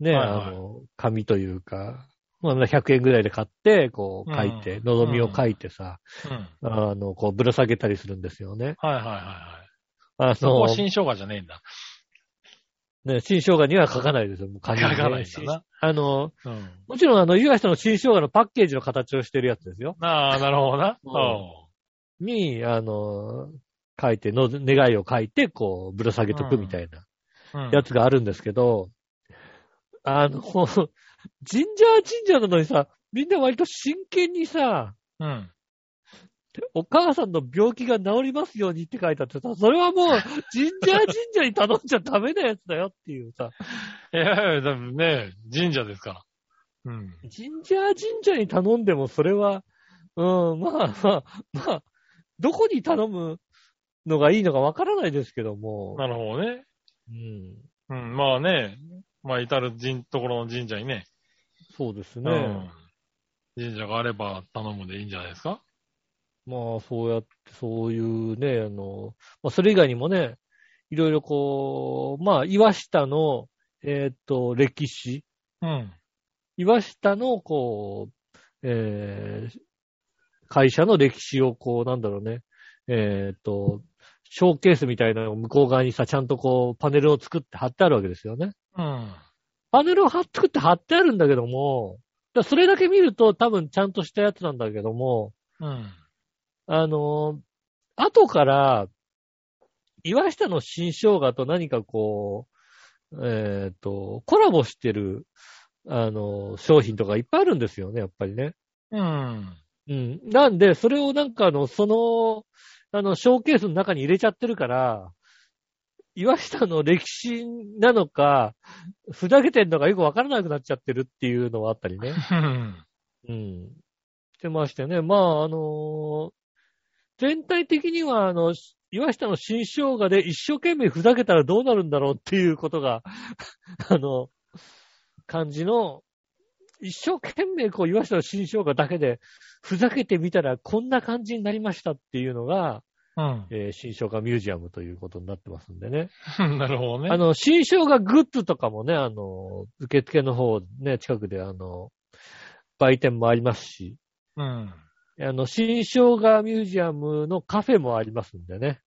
B: ね、
C: はいはい
B: あの、紙というか、まあ、100円ぐらいで買って、こう書いて、
C: うん
B: のぞみを書いてさ、
C: うん
B: あの、こう、ぶら下げたりするんですよね。
C: はいはいはいはい。
B: あ
C: そこ
B: の
C: は、新生姜じゃねえんだ。
B: ね、新生姜には書かないですよ、もう書
C: 書かないんだな。
B: あの、
C: うん。
B: もちろん、あの、岩下の新生姜のパッケージの形をしてるやつですよ。
C: ああ、なるほどな。
B: うん
C: そ
B: に、あの、書いて、の、願いを書いて、こう、ぶら下げとくみたいな
C: う。うん
B: やつがあるんですけど、あの、 神社神社なのにさ、みんな割と真剣にさ、
C: うん。
B: お母さんの病気が治りますようにって書いてあってさ、それはもう、神社神社に頼んじゃダメなやつだよっていうさ、
C: いやいや、だってね神社ですから。うん。
B: ジンジャー神社に頼んでもそれは、うん、まあまあ、まあ、どこに頼むのがいいのかわからないですけども、
C: なるほどね。
B: うん、
C: うん。まあね、まあ、至る神ところの神社にね、
B: そうです
C: う
B: ね。
C: ん。神社があれば頼むでいいんじゃないですか
B: まあ、そうやって、そういうね、あの、まあ、それ以外にもね、いろいろこう、まあ、岩下の、えーっと、歴史、
C: うん。
B: 岩下の、こう、えー会社の歴史を、こう、なんだろうね、えーっと、ショーケースみたいなのを向こう側にさ、ちゃんとこう、パネルを作って貼ってあるわけですよね。
C: うん。
B: パネルを貼っ作って貼ってあるんだけども、だからそれだけ見ると多分ちゃんとしたやつなんだけども、
C: うん。
B: あのー後から、岩下の新生姜と何かこう、えーっ、と、コラボしてる、あのー商品とかいっぱいあるんですよね、やっぱりね。
C: うん。
B: うん。なんで、それをなんかあの、その、あの、ショーケースの中に入れちゃってるから、岩下の歴史なのか、ふざけてんのかよくわからなくなっちゃってるっていうのはあったりね。
C: うん。
B: うん。してましてね。まあ、あのー全体的には、あの、岩下の新生姜で一生懸命ふざけたらどうなるんだろうっていうことが、 あの、感じの、一生懸命こう岩下の新生姜だけでふざけてみたらこんな感じになりましたっていうのが、
C: うん。
B: えー新生姜ミュージアムということになってますんでね。
C: なるほど
B: あ
C: ね。
B: の、新生姜グッズとかもね、あの、受付の方、ね、近くで、あの、売店もありますし、
C: うん。
B: あの、新生姜ミュージアムのカフェもありますんでね。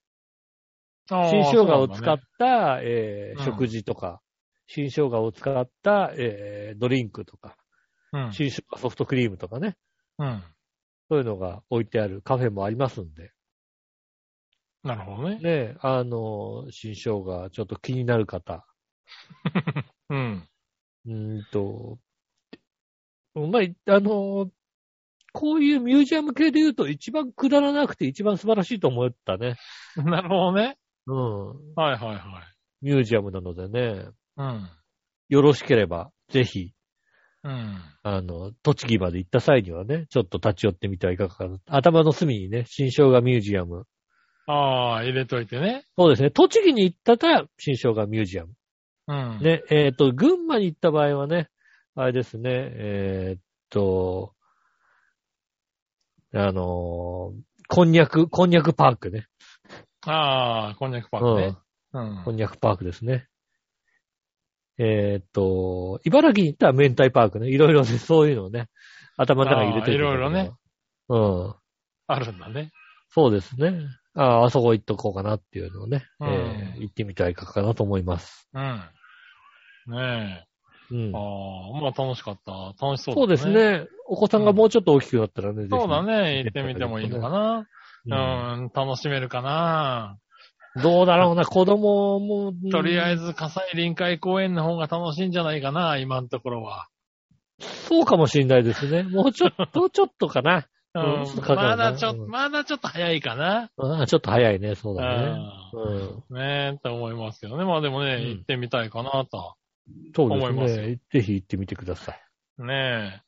B: 新生姜を使
C: っ。
B: ってた、えー
C: うん
B: 食事とか、新生姜を使った、えードリンクとか、
C: うん。
B: 新生姜ソフトクリームとかね、
C: うん。
B: そういうのが置いてあるカフェもありますんで、
C: なるほどね。
B: ね、あの、新生姜ちょっと気になる方、
C: うん。
B: うーんと、まあ、あの、こういうミュージアム系で言うと一番くだらなくて一番素晴らしいと思ったね。
C: なるほどね。
B: うん。
C: はいはいはい。
B: ミュージアムなのでね、
C: うん。
B: よろしければ、ぜひ、
C: うん。
B: あの、栃木まで行った際にはね、ちょっと立ち寄ってみてはいかがかな。頭の隅にね、新生姜ミュージアム。
C: ああ、入れといてね。
B: そうですね。栃木に行ったら、新生姜ミュージアム。
C: うん。。
B: ね、えっ、と、群馬に行った場合はね、あれですね、えっ、と、あのーこんにゃく、こんにゃくパークね。
C: ああ、こんにゃくパンね。うん
B: こん。にゃくパークですね。えっ、と、茨城に行ったら明太パークね。いろいろね、 そういうのをね、頭の中に入れておて
C: あーいろいろね。
B: うん。
C: あるんだね。
B: そうですね。ああ、あそこ行っとこうかなっていうのをね、
C: うん
B: えー行ってみたいかなと思います。
C: うん。ね
B: うん
C: え。あ。あ、まあ楽しかった。楽しそう
B: そう
C: だね。
B: です。ね。お子さんがもうちょっと大きくなったらね、ぜひ
C: そうだね。行ってみてもいいのかな。うん、楽しめるかな。
B: うんどうだろうな、子供も。
C: とりあ
B: え
C: えず、火災臨海公園の方が楽しいんじゃないかな、今のところは。
B: ず。そうかもしれないですね。もうちょっと、 もうちょっとかな。
C: う
B: うん
C: ん
B: ちょっと、かかるな
C: まだちょっ
B: う
C: と、
B: ん
C: まだちょっと早いかな。
B: うんちょっと早いね、そう
C: う
B: だね。
C: ん
B: うん。
C: ねえ、と思いますけどね。まあでもね、
B: うん
C: 行ってみたいかなと。
B: そう
C: 思いま
B: ですすね。ぜひ行ってみてください。
C: ね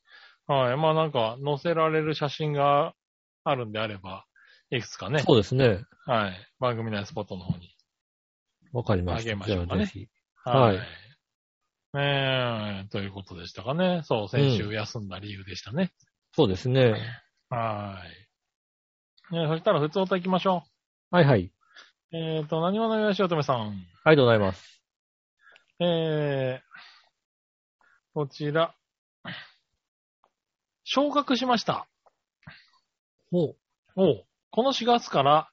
C: え。はい。まあなんか、載せられる写真があるんであれば、いくつかね。
B: そうですね。
C: はい。番組内スポットの方に。
B: わかりま
C: あげ
B: した。
C: ましょうか
B: じゃあ
C: ね
B: ぜひはい
C: ねえ、ということでしたかね。そう、先週休んだ理由でしたね。
B: そうですね。
C: はい。ねえそしたら、普通歌行きましょ
B: はいはい。
C: う。えっ、と、何者よしおとめさん。
B: ありがとうございます。
C: えー、こちら。昇格しました。
B: おう
C: おうこの4月から、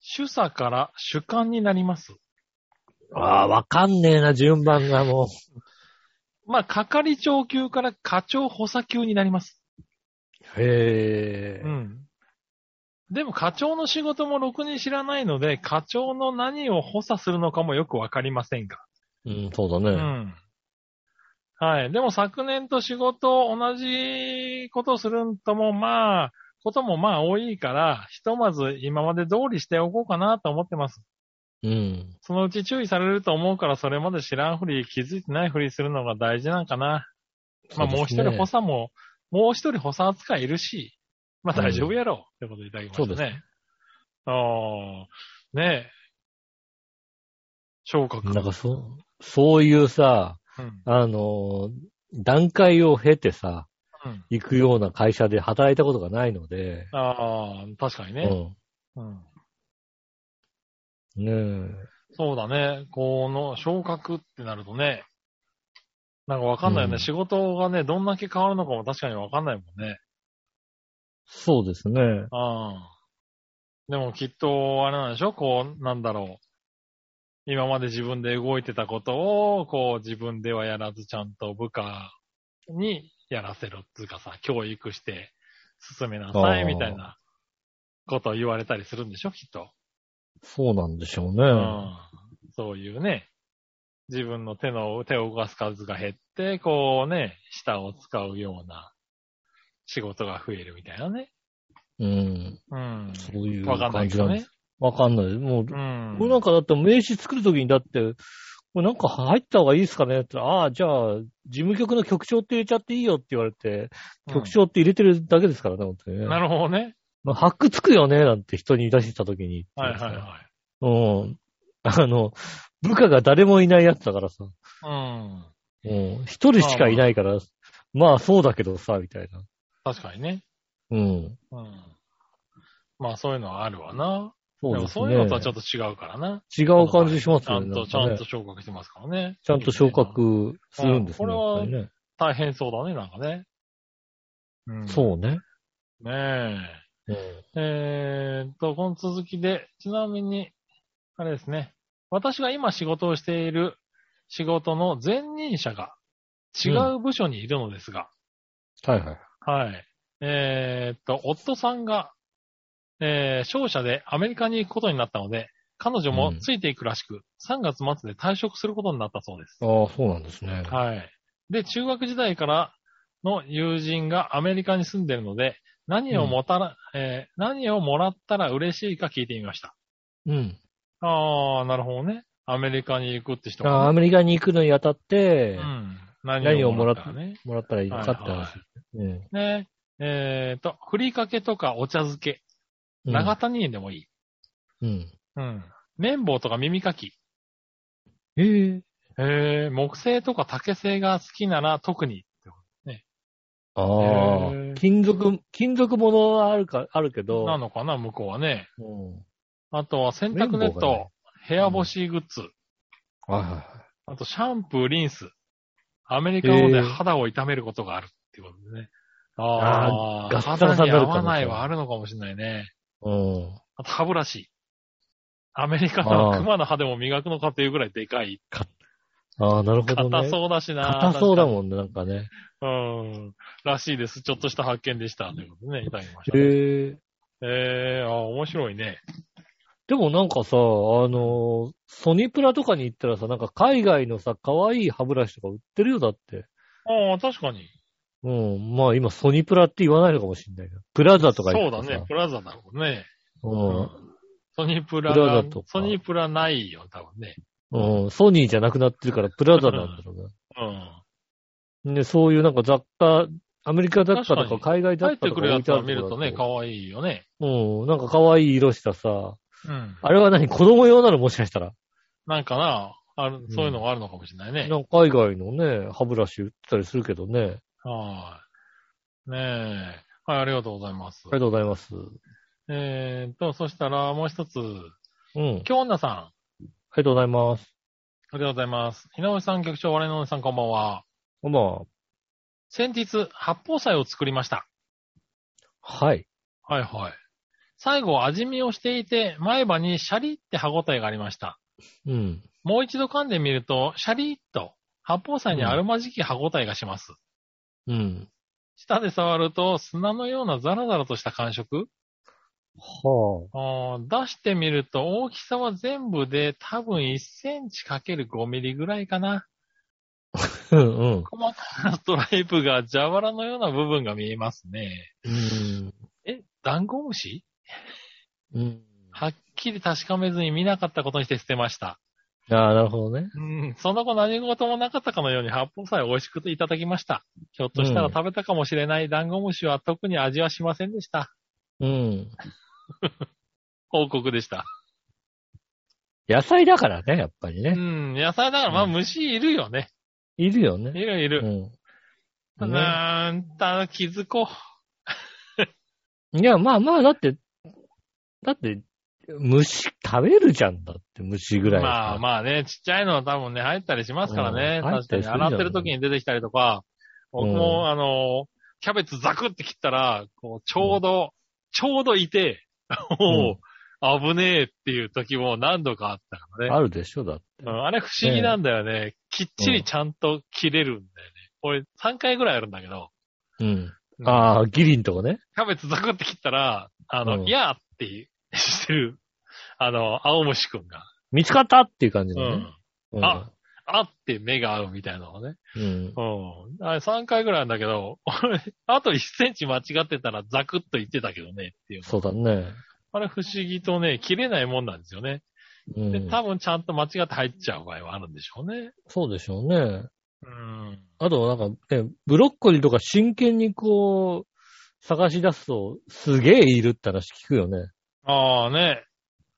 C: 主査から主幹になります。
B: ああ、わかんねえな、順番がもう。
C: まあ、係長級から課長補佐級になります。
B: へえ。
C: うん。でも課長の仕事もろくに知らないので、課長の何を補佐するのかもよくわかりませんが。
B: うん、そうだ
C: う
B: ね。
C: ん。はい。でも昨年と仕事を同じことをするんとも、まあ、こともまあ多いから、ひとまず今まで通りしておこうかなと思ってます。
B: うん。
C: そのうち注意されると思うから、それまで知らんふり、気づいてないふりするのが大事なんかな。まあ、もう一人補佐も、もう一人補佐扱いいるし、まあ大丈夫やろう、ってことでいただきましたね。
B: そうです
C: ああ、ねえ。昇格。
B: なんかそう、そういうさ、
C: うん。
B: あのー、段階を経てさ、
C: うん
B: 行くような会社で働いたことがないので、
C: ああ、確かにね、うん。
B: うん。ねえ。
C: そうだね。この昇格ってなるとね、なんかわかんないよね、
B: うん
C: 仕事がね、どんだけ変わるのかも確かにわかんないもんね。
B: そうですね。
C: ああ。でもきっと、あれなんでしょこう、なんだろう。今まで自分で動いてたことを、こう自分ではやらずちゃんと部下にやらせろっていうかさ、教育して進めなさい
B: あー
C: みたいなことを言われたりするんでしょきっと。
B: そうなんでしょうね。
C: うんそういうね、自分の手の、手を動かす数が減って、こうね、舌を使うような仕事が増えるみたいなね。
B: うん。
C: うん。
B: そういう
C: わかんな
B: 感
C: いけ
B: じな
C: ど
B: んで
C: ね
B: す。。わかんない。もう、
C: うん。
B: これなんかだって名刺作るときにだって、これなんか入った方がいいですかねって、ああ、じゃあ、事務局の局長って入れちゃっていいよって言われて、
C: うん
B: 局長って入れてるだけですからね、本当にね。
C: なるほどね。
B: まあハックつくよね、なんて人に出したときに。
C: はいはい
B: うん。 あの、部下が誰もいないやつだからさ。
C: はい。うん。
B: うん。一人しかいないから、まあそうだけどさ、みたいな。
C: 確かにね。
B: うん。
C: うん。まあそういうのはあるわな。
B: そう
C: で
B: で
C: も
B: す
C: そう
B: ね。
C: いうのとはちょっと違うからな。
B: 違う感じします
C: ちゃ
B: よ
C: ん
B: ね。
C: と、ち
B: な
C: ゃ
B: かね
C: んと昇格してますからね。
B: ちゃんと昇格するんですね。
C: うん
B: やっ
C: これは
B: ぱりね
C: 大変そうだね、なんかね。うん
B: そうね。
C: う。ねえ。えーっと、この続きで、ちなみに、あれですね。私が今仕事をしている仕事の前任者が違う部署にいるのですが、
B: はいはい。
C: はい。えーっと、夫さんが、えー商社でアメリカに行くことになったので、彼女もついていくらしく、3月末で退職することになったそうです。
B: ああ、そうなんですね。
C: はい。で、中学時代からの友人がアメリカに住んでるので、何をもたら、えー何をもらったら嬉しいか聞いてみました。
B: うん。
C: ああ、なるほどね。アメリカに行くって人
B: ああア
C: がね、
B: メリカに行くのにあたって
C: う、ん。何をもらったらね。
B: もらったらいいのかって話。うん
C: ね。えっ、と、ふりかけとかお茶漬け。長谷園でもいい。
B: うん。
C: うん。綿棒とか耳かき。
B: ええ。
C: えー、木製とか竹製が好きなら特に。
B: あ
C: へえ
B: あ。金属、金属物はあるか、あるけど。
C: なのかな、向こうはね。
B: うん。
C: あとは洗濯ネ
B: 綿
C: ッ
B: 棒がね
C: ト、部屋干しグッズ、
B: はいはいはい。
C: あとシャンプー、リンス。アメリカ語で肌を痛めることがあるっていうことでね。あ
B: あー
C: あ、
B: ガッサガ
C: 肌
B: サ
C: に
B: に
C: 合
B: なるかも
C: わないはあるのかもしれないね。
B: うん。
C: あと歯ブラシ。アメリカの熊の歯でも磨くのかっていうぐらいでかい。
B: ああ、なるほどね。
C: 硬そうだしな。
B: 硬そうだもんね、なんかね。
C: うん。らしいです。ちょっとした発見でした。ということでね、いただきました。
B: へえ。
C: えー、あー面白いね。
B: でもなんかさ、あのー、ソニプラとかに行ったらさ、なんか海外のさ、可愛い歯ブラシとか売ってるよ、だって。
C: ああ、確かに。
B: うん。まあ今、ソニプラって言わないのかもしんないな。プラザとか
C: そ
B: 行く
C: う
B: と
C: だ
B: さ
C: ね。。プラザだもんね。ソニープラ
B: プラ
C: が
B: ザと、か
C: ソニープラないよ、多分ね。
B: うん。うん。ソニーじゃなくなってるから、プラザなんだろう
C: う
B: な。
C: ん。
B: ね、そういうなんか雑貨、アメリカ雑貨とか
C: 確
B: 海外雑
C: 入っ
B: 貨
C: て
B: と
C: く
B: か置
C: るや
B: い
C: つ
B: てあ
C: を
B: る
C: 見るとね、可愛いよね。
B: うん。なんか可愛い色したさ、
C: うん。
B: あれは何子供用なのもしかしたら。
C: なんかな、ある
B: ん
C: そういうのがあるのかもしれないね。
B: なんか海外のね、歯ブラシ売ってたりするけどね。
C: はい。ねえ。はい、ありがとうございます
B: あり。がとうございます。
C: えーっと、そしたらもう一つ、
B: うん。
C: 京女さん。あ
B: ありがとうございます。
C: りがとうございます。井上さん、局長、我のおじさん、こんばんは。
B: こんばんは。
C: 先日、八宝菜を作りました。
B: はい。
C: はいはい。最後、味見をしていて、前歯にシャリって歯応えがありました。
B: うん。
C: もう一度噛んでみると、シャリッと、八宝菜にあるまじき歯応えがします。
B: うん。
C: 舌で触ると砂のようなザラザラとした感触
B: は
C: あー出してみると大きさは全部で多分1センチ ×5 ミリぐらいかな。
B: あ。 うんうん。
C: 細かなストライプが蛇腹のような部分が見えますね。
B: うん。
C: え、ダンゴムシ
B: うん。
C: はっきり確かめずに見なかったことにして捨てました。
B: ああ、なるほどね。
C: うん、その後何事もなかったかのように八宝菜を美味しくいただきました。ひょっとしたら
B: うん
C: 食べたかもしれないダンゴムシは特に味はしませんでした。
B: うん。
C: 報告でした。
B: 野菜だからね、やっぱり
C: う
B: ね。
C: ん、野菜だから、まあ
B: うん
C: 虫いるよね。
B: いるよ
C: い
B: ね。
C: るいうる。
B: ん。
C: た
B: ね
C: だ、ただ気づこう。
B: いや、まあまあ、だって、だって、虫食べるじゃんだって、虫ぐらい。
C: まあまあね、ちっちゃいのは多分ね、入ったりしますからね。
B: うん入
C: 確
B: ったり
C: かに、
B: するんじゃ
C: 洗
B: ない
C: ってる時に出てきたりとか、僕も、あの、キャベツザクって切ったら、こう、ちょうど、ちょうどいて、 おう危ねえっていう時も何度かあったからね。
B: あるでしょ、だって。
C: うんあれ不思議なんだよね。きっちりちゃんと切れるんだよね。俺3回ぐらいやるんだけど、
B: うん
C: う。ん
B: ああ、ギリンとこね。
C: キャベツザクって切ったら、あの、
B: うん
C: いやーってしてる、あの、青虫くんが。
B: 見つかったっていう感じ
C: う
B: のね。
C: ん。
B: うん
C: ああって目が合うみたいなのね。
B: うん。
C: うん。あれ3回ぐらいなんだけど、俺、あと1センチ間違ってたらザクッと言ってたけどねっていう。
B: そうだね。
C: あれ不思議とね、切れないもんなんですよね。
B: う
C: で、
B: ん。
C: 多分ちゃんと間違って入っちゃう場合はあるんでしょうね。
B: そうでしょうね。
C: うん。
B: あと、なんか、ね、ブロッコリーとか真剣にこう、探し出すと、すげえいるって話聞くよね。
C: ああね。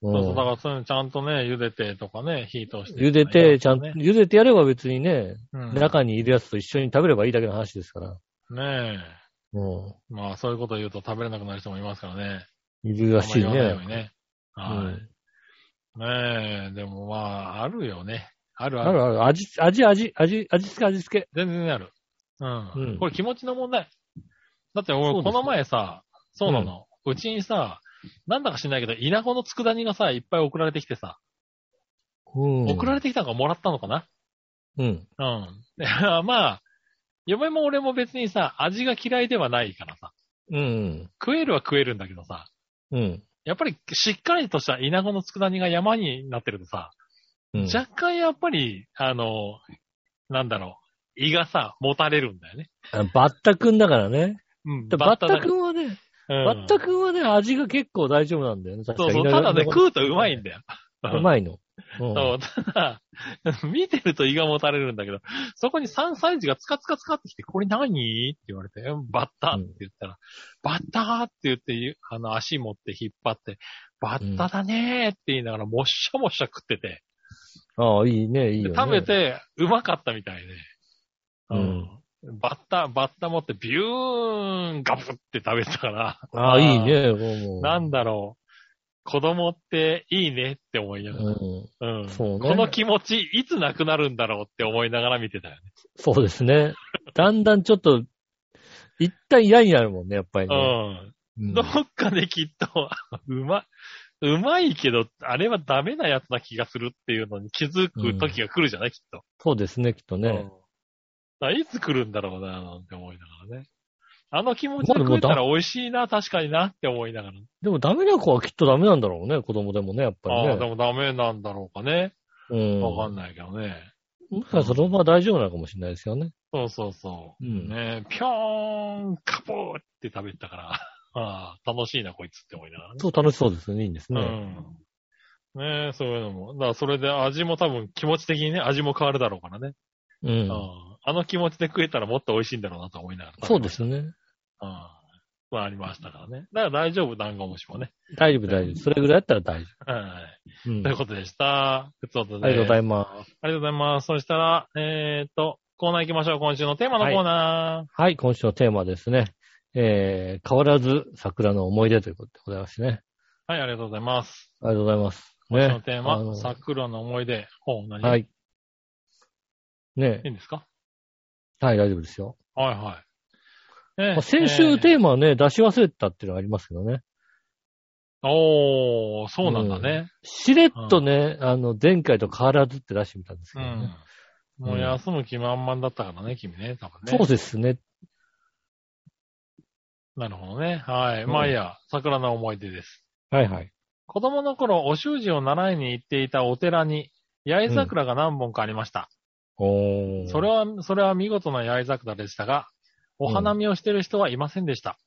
B: う
C: そうそう。だか
B: ん。
C: らそういうのちゃんとね、茹でてとかね、火通して、
B: 茹でて、ちゃんと、
C: ね
B: 茹でてやれば別にね、
C: うん、
B: 中にいるやつと一緒に食べればいいだけの話ですから。
C: ねえ。
B: う
C: まあそういうこと言うと食べれなくなる人もいますからね。
B: ん。いるらしい
C: あんまり言わないよう
B: ね。
C: にね。は
B: うん
C: い。ねえ、でもまあ、あるよね。あるあ
B: あ
C: る。
B: るある。味、味、味、味、味付け、味付け。
C: 全然ある。
B: う
C: う
B: ん
C: ん。これ気持ちの問題。だって
B: そう
C: 俺、
B: ですよ
C: この前さ、そうなの。うちにさ、なんだか知んないけど、稲子の佃煮がさ、いっぱい送られてきてさ、
B: うん
C: 送られてきたのかもらったのかな
B: うん。
C: うん。 でまあ、嫁も俺も別にさ、味が嫌いではないからさ、
B: うん。
C: 食えるは食えるんだけどさ、
B: うん。
C: やっぱりしっかりとした稲子の佃煮が山になってるとさ、
B: うん。
C: 若干やっぱり、あの、なんだろう、胃がさ、もたれるんだよね。
B: あバッタ君だからね。
C: うん
B: バッタ
C: だ
B: 君はね、
C: うん
B: バッタ君はね、味が結構大丈夫なんだよね。確
C: そう
B: か
C: そう、
B: に。
C: ただね、食うとうま
B: い
C: いんだよ。
B: ろ。う
C: い。
B: まいの。うん
C: そう、ただ、 見てると胃がもたれるんだけど、そこに3歳児がつかつかつかってきて、これ何って言われて、うんバッターって言ったら、バッターって言って、あの、足持って引っ張って、バッタだねーって言いながら、もっしゃもっしゃ食ってて、
B: ああ、いいね、いいよ、ね。
C: で食べ。て、うまかったみたいで、
B: うん。
C: バッタ、バッタ持ってビューン、ガブって食べてたから、
B: ああ、いいね、もう。
C: なんだろう。子供っていいねって思いながら。
B: うん。
C: うん。
B: そうね
C: この気持ち、いつなくなるんだろうって思いながら見てたよね。
B: そうですね。だんだんちょっと、一旦嫌になるもんね、やっぱりね。
C: うん。どっかできっと、 うま、うまいけど、あれはダメなやつな気がするっていうのに気づく時が来るじゃない、きっと。
B: そうですね、きっと
C: うん。だ
B: ね。
C: からいつ来るんだろうな、なんて思いながらね。あの気持ちで食えたら美味しいな、確かになって思いながら。
B: でもダメな子はきっとダメなんだろうね、子供でもね、やっぱ
C: ああ、
B: り
C: で
B: ね。
C: もダメなんだろうかね。
B: うん。
C: わかんないけどね。
B: もしかしたらそのまま大丈夫なのかもしれないですよね。
C: そうそうそうう。
B: ん。
C: ねえ、ぴょーん、カポーって食べてたから、 ああ、楽しいな、こいつって思いながらね。
B: そう、楽しそうですね。いいんですね。
C: うん。ねえ、そういうのも。だから、それで味も多分気持ち的にね、味も変わるだろうからね。
B: うん。
C: うんあの気持ちで食えたらもっと美味しいんだろうなと思いながら。
B: そうですね。
C: うん。まあ、ありましたからね。だから大丈夫、ダンゴムシもね。
B: 大丈夫、大丈夫。それぐらいだったら大丈
C: はい。
B: 夫。うん。
C: という
B: あ
C: ことでした。ふつおとで
B: りがとうござ
C: す。
B: いま
C: ありがとうございます。そしたら、えーっと、コーナー行きましょう。今週のテーマのコーナ
B: す。はい、今週のテーマはですね。えー、変わらず桜の思い出ということでございますね。
C: ー。はい、ありがとうございます。
B: ありがとうございます。
C: 今週
B: ね
C: の。テー
B: あ
C: マ、
B: の
C: 桜の思い出。ほう、何、、
B: はいい。ね
C: いんですか
B: はい、大丈夫ですよ。
C: はいはい。ね
B: まあ先週
C: え
B: テーマはね、出し忘れてたっていうのはありますけどね。
C: ーおー、そうなんだね。
B: しれっとね、あの、前回と変わらずって出してみたんですけ
C: うん。
B: どね。
C: もう休む気満々だったからね、君ね、多分ね。
B: そうですね。
C: なるほどね。はい。
B: うん
C: まあいいや、桜の思い出です。
B: はいはい。
C: 子供の頃、お習字を習いに行っていたお寺に、八重桜が何本かありました。
B: おー。
C: それは、それは見事な八重桜でしたが、お花見をしてる人はいませんでした。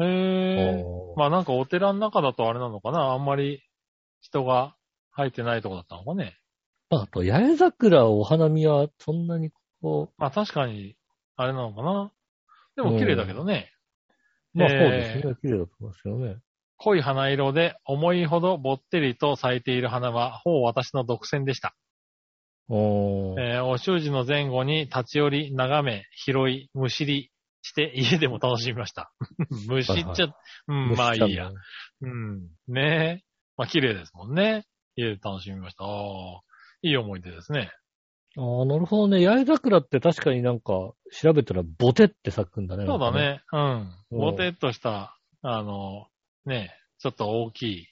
C: へー。
B: おー
C: まあなんかお寺の中だとあれなのかなあんまり人が入ってないとこだったのかね。
B: まあ、あと、八重桜お花見はそんなにこ
C: まあ確かに、あれなのかなでも綺麗だけどね。
B: う、まあ
C: え
B: そうで
C: ー
B: すね。綺麗だと思いますよね。
C: 濃い花色で重いほどぼってりと咲いている花は、ほぼ私の独占でした。
B: おー。
C: えーお習字の前後に立ち寄り、眺め、拾い、むしりして家でも楽しみま した。むしっちゃ、うん、まあいいや。。うん。ねえ。まあ綺麗ですもんね。家で楽しみました。あーいい思い出ですね。
B: ああ、なるほどね。八重桜って確かになんか、調べたらボテって咲くんだね。
C: そうだね。うん。
B: うん
C: ぼてっとした、あの、ね、ちょっと大きい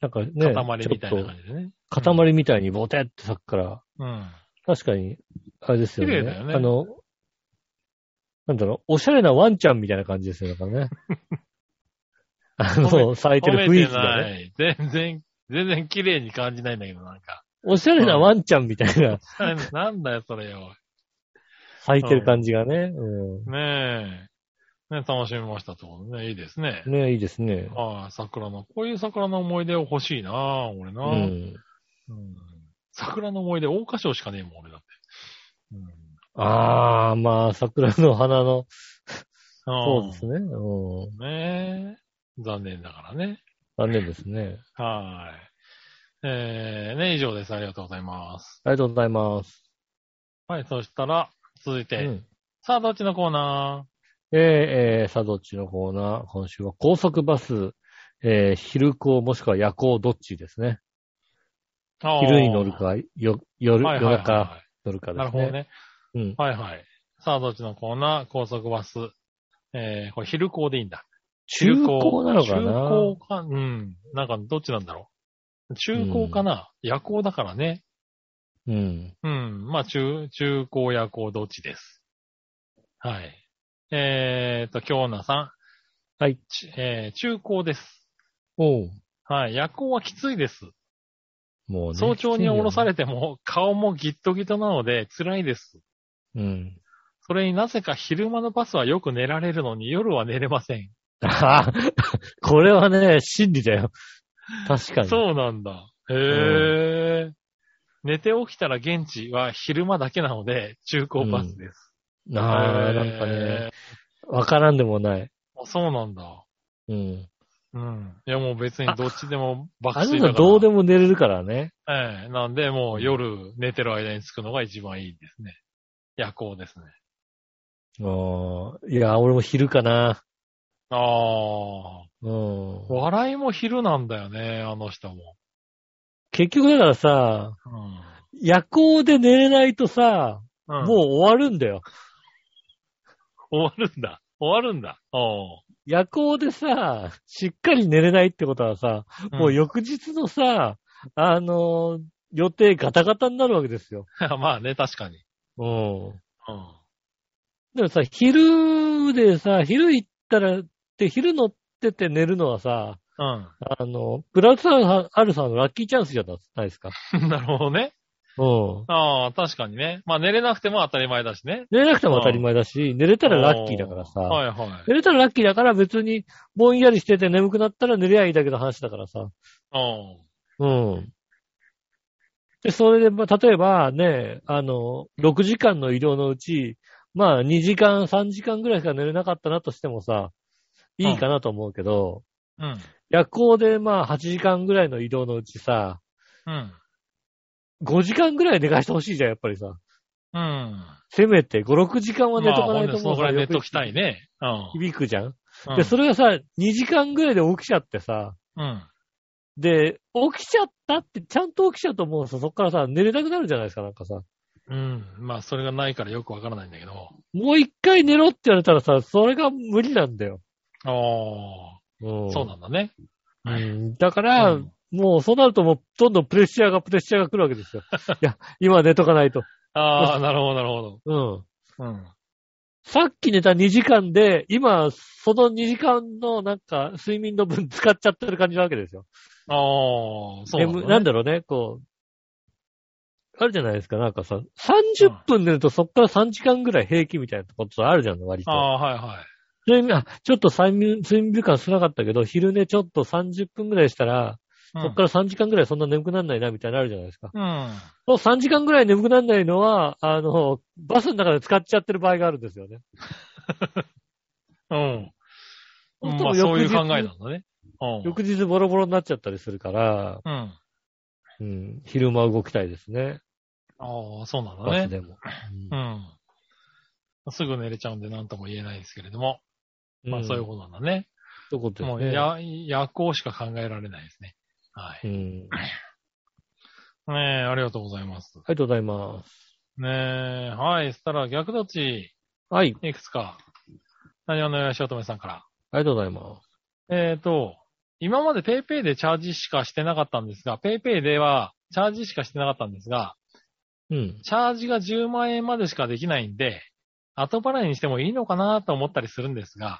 B: なんかね。
C: 塊
B: ちょっ
C: みたいな
B: と
C: 感じでね。
B: 塊みたいにボテって咲くから、
C: うん。
B: 確かに、あれですよね。
C: 綺麗だよね
B: あの、なんだろう、おしゃれなワンちゃんみたいな感じですよね。だ からね。あの、咲いて
C: 褒め
B: る雰囲
C: て
B: 気が
C: な
B: ね。
C: い。全然、全然綺麗に感じないんだけど、なんか。
B: おしゃれなワンちゃんみたいな、
C: なんだよ、それよ。
B: 咲いてる感じがね。う
C: ねえ。ね楽しみましたってことね。いいですね
B: ん。。ねいいですね。
C: ああ、桜の、こういう桜の思い出を欲しいな俺な、
B: うん。
C: うん桜の思い出、大花賞しかねえもん、俺だって。うん
B: ああ、まあ、桜の花の、そうです
C: ね。
B: ね。うん。
C: ねえ。残念だからね。
B: 残念ですね。
C: はーい。えー、ね、以上です。ありがとうございます。
B: ありがとうございます。
C: はい、そしたら、続いうて、
B: ん
C: さあ、どっちのコーナ
B: えーえーさあ、どっちのコーナー今週は高速バス、えー昼行もしくは夜行どっちですね。
C: あー
B: 昼に乗る。か、よ夜、
C: はい
B: 夜
C: はいはい
B: 中
C: は
B: 乗るか
C: い。
B: ですね。
C: なるほどね。
B: うん。
C: はいはい。さあ、どっちのコーナー高速バス。えー、これ昼行でいいんだ。
B: 中高なのかな
C: 中高か、うん。なんかどっちなんだろう。中高かな、夜行だからね。
B: うん。
C: うん。まあ、中、中高夜行どっちです。はい。えーと、京奈さん。
B: はい
C: ち。えー中高です。
B: おう
C: はい。夜行はきついです。
B: もうね。
C: 早朝に降ろされても、顔もギットギトなので辛いです。
B: うん。
C: それになぜか昼間のバスはよく寝られるのに夜は寝れません。
B: あはこれはね、真理だよ。確かに。
C: そうなんだ。へえ、寝て起きたら現地は昼間だけなので、中高バスです。
B: ああ、
C: へ
B: な
C: ー
B: んかね、。わからんでもない。
C: あそうなんだ。
B: うん。
C: うん。いやもう別にどっちでも爆
B: あ
C: 睡
B: な
C: だか
B: た
C: ら。
B: どうでも寝れるからね。
C: ええなんでもう夜寝てる間に着くのが一番いいですね。夜行ですね。
B: ああ、いや、俺も昼かな。
C: ああ。
B: うん。
C: 笑いも昼なんだよね、あの人も。
B: 結局だからさ、夜行で寝れないとさ、
C: うん。
B: もう
C: う
B: ん終わるんだよ。
C: 終わるんだ。終わるんだ。お
B: 夜行でさ、しっかり寝れないってことはさ、
C: うん
B: もう翌日のさ、あのー予定ガタガタになるわけですよ。
C: まあね、確かに。
B: うん。
C: うん。
B: でもさ、昼でさ、昼行ったら、で、昼乗ってて寝るのはさ、
C: うん。
B: あの、プラスアルファのラッキーチャンスじゃないですか。
C: なるほどね。
B: うん。
C: ああ、確かにね。まあ寝れなくても当たり前だしね。
B: 寝れなくても当たり前だし、寝れたらラッキーだからさ。
C: はいはい。
B: 寝れたらラッキーだから別にぼんやりしてて眠くなったら寝りゃいいだけの話だからさ。
C: うん。
B: うん。で、それで、まあ、例えばね、あの、6時間の移動のうち、まあ2時間、3時間ぐらいしか寝れなかったなとしてもさ、いいかなと思うけど、
C: うん。
B: 夜行でまあ8時間ぐらいの移動のうちさ、
C: うん。
B: 5時間ぐらい寝かしてほしいじゃん、やっぱりさ。
C: うん。
B: せめて5、6時間は寝と
C: まあ
B: かない
C: ほん
B: と
C: でそ
B: もう
C: のぐ
B: さ
C: らい寝ときたい。ね。う
B: 響くじゃん。
C: ん。
B: で、そ
C: れ、
B: れがさ、2時間ぐらいで起きちゃってさ、
C: うん。
B: で、起きちゃったって、ちゃんと起きちゃうともうさ、そっからさ、寝れなくなるじゃないですか、なんかさ。
C: うん。まあ、それがないからよくわからないんだけど。
B: もう一回寝ろって言われたらさ、それが無理なんだよ。
C: あ
B: う
C: あ、そうなんだね。
B: うんだから、
C: うん
B: もうそうなるともう、どんどんプレッシャーが、プレッシャーが来るわけ ですよ。いや、今寝とかないと。
C: ああ、なるほど、なるほど。
B: うん。
C: うん。
B: さっき寝た2時間で、今、その2時間のなんか、睡眠の分使っちゃってる感じなわけですよ。
C: ああ、そうなんだ、
B: 眠
C: ね。
B: なんだろうね、こう。あるじゃないですか、なんかさ、30分寝るとそっから3時間ぐらい平気みたいなことあるじゃん、割
C: あ
B: と。
C: あ、はいはい。
B: 睡眠、あ、ちょっと睡眠、睡眠時間少なかったけど、昼寝ちょっと30分ぐらいしたら、
C: うん
B: そっから3時間ぐらいそんな眠くならないな、みたいなのあるじゃないですか。
C: うん。
B: その3時間ぐらい眠くならないのは、あの、バスの中で使っちゃってる場合があるんですよね。
C: うん。
B: そうすると
C: まあ、そうい
B: 翌
C: う
B: 日
C: 考えなんだね。うん。
B: 翌日ボロボロになっちゃったりするから、
C: うん。
B: うん、昼間動きたいですね。
C: ああ、そうなんだ
B: バ
C: ね
B: ス。でも。
C: うん。すぐ寝れちゃうんで何とも言えないですけれども。
B: うん
C: まあそういう
B: こ
C: ことなんだね。
B: と。いうこと
C: もう
B: ですね。
C: や、夜行しか考えられないですね。は
B: う
C: い。
B: ん。
C: ねえ、ありがとうございます。
B: ありがとうございます。
C: ねえ、はい。そしたら逆どっち、
B: はい。
C: いくつか。何をのよしおとめさんから。
B: ありがとうございます。
C: えっ、と、今まで PayPay でチャージしかしてなかったんですが、PayPay ではチャージしかしてなかったんですが、
B: うん。
C: チャージが10万円までしかできないんで、後払いにしてもいいのかなと思ったりするんですが、
B: うん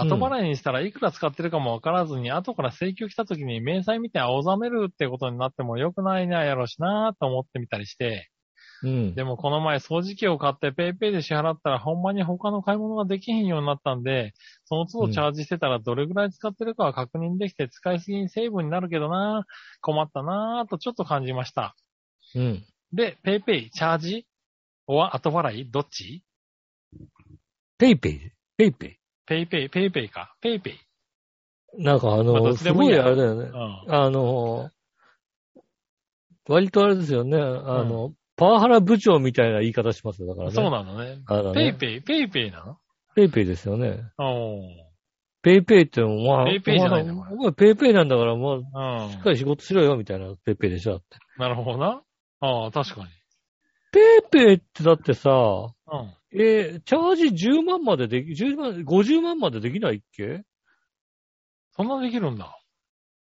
C: 後払いにしたらいくら使ってるかもわからずに、後から請求来た時に明細見て青ざめるってことになっても良くないなやろしなと思ってみたりして、
B: うん。
C: でもこの前掃除機を買って PayPay で支払ったらほんまに他の買い物ができへんようになったんで、その都
B: うん
C: 度チャージしてたらどれぐらい使ってるかは確認できて使いすぎにセーブになるけどな困ったなとちょっと感じました。
B: うん。
C: で、ペイペイ、チャージは後払いどっち
B: ペイペイ。ペイペイ。
C: ペイペイ、ペイペイか。ペイペイ。
B: なんかあ
C: まあど
B: の、
C: っち
B: す
C: でもい
B: ご
C: い
B: い
C: や
B: あれだよね
C: う。ん。
B: あの、割とあれですよね。あの、パワハラ部長みたいな言い方しますよ。だからね。
C: そうなのね。
B: あの
C: ペイ
B: ね
C: ペイ、ペイペイな
B: ペイペイですよね。
C: のおー
B: ペイペイってのは、まあ、
C: ペイペイじゃないの
B: まあ僕はペイペイなんだから、まあ、し
C: うん。
B: っかり仕事しろよ、みたいなペイペイでしょ、だって。
C: なるほどな。ああ、確かに。
B: ペイペイってだってさ、
C: うん。
B: えーチャージ10万まででき、10万、50万までできないっけ
C: そんなできるんだ。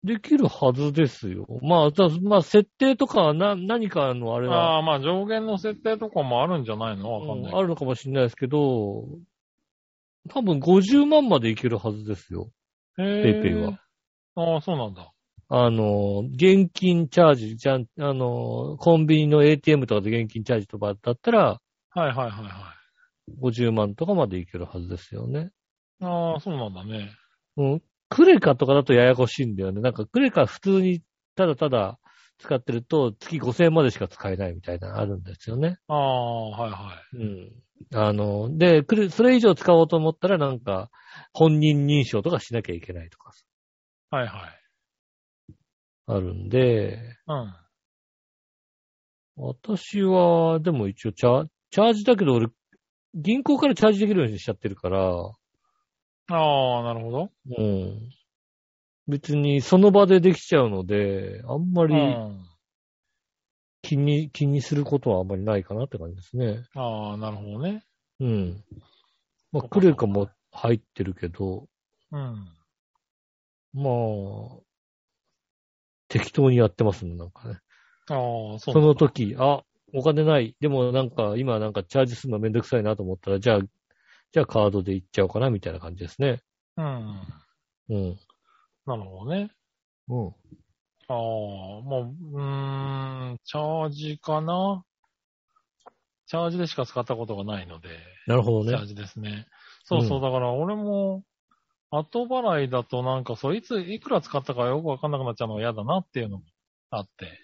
B: できるはずですよ。まあ、たまあ、設定とか、な、何かのあれは、
C: ああ、まあ上限の設定とかもあるんじゃないのわかん
B: う
C: ないけ
B: ん
C: ど。
B: あるのかもしれないですけど、多分50万までいけるはずですよ。
C: ペ
B: ペイペイは。
C: ああ、そうなんだ。
B: あの、現金チャージ、じゃん、あの、コンビニの ATM とかで現金チャージとかだったら、
C: はいはいはいはい。
B: 50万とかまでいけるはずですよね。
C: ああ、そうなんだね。
B: うん。クレカとかだとややこしいんだよね。なんかクレカ普通にただただ使ってると月5000円までしか使えないみたいなのあるんですよね。
C: ああ、はいは
B: うん。あの、で、クレそれ以上使おうと思ったらなんか本人認証とかしなきゃいけないとかさ
C: い。はいはい。
B: あるんで、
C: うん。
B: 私は、でも一応チャ、チャージだけど俺、銀行からチャージできるようにしちゃってるから、
C: ああ、なるほど。
B: うん。別にその場でできちゃうので、あんま
C: う
B: り
C: ん。
B: 気に、気にすることはあんまりないかなって感じですね。
C: ああ、なるほどね。
B: うん。まあ、
C: そうか
B: クレカも入ってるけど、
C: うん。
B: まあ、適当にやってますね、なんかね。
C: ああ、
B: そ
C: そ
B: う
C: なんだ
B: の。時、あ、お金ない。でもなんか、今なんかチャージするのめんどくさいなと思ったら、じゃあ、じゃあカードで行っちゃおうかな、みたいな感じですね。
C: うん。
B: うん。
C: なるほどね。
B: うん。
C: ああ、もう、うーん、チャージかな。チャージでしか使ったことがないので、
B: なるほど
C: チャー
B: ね。
C: ジですね。そうそう、
B: うん
C: だから俺も、後払いだとなんかそう、いつ、いくら使ったかよくわかんなくなっちゃうのが嫌だなっていうのもあって。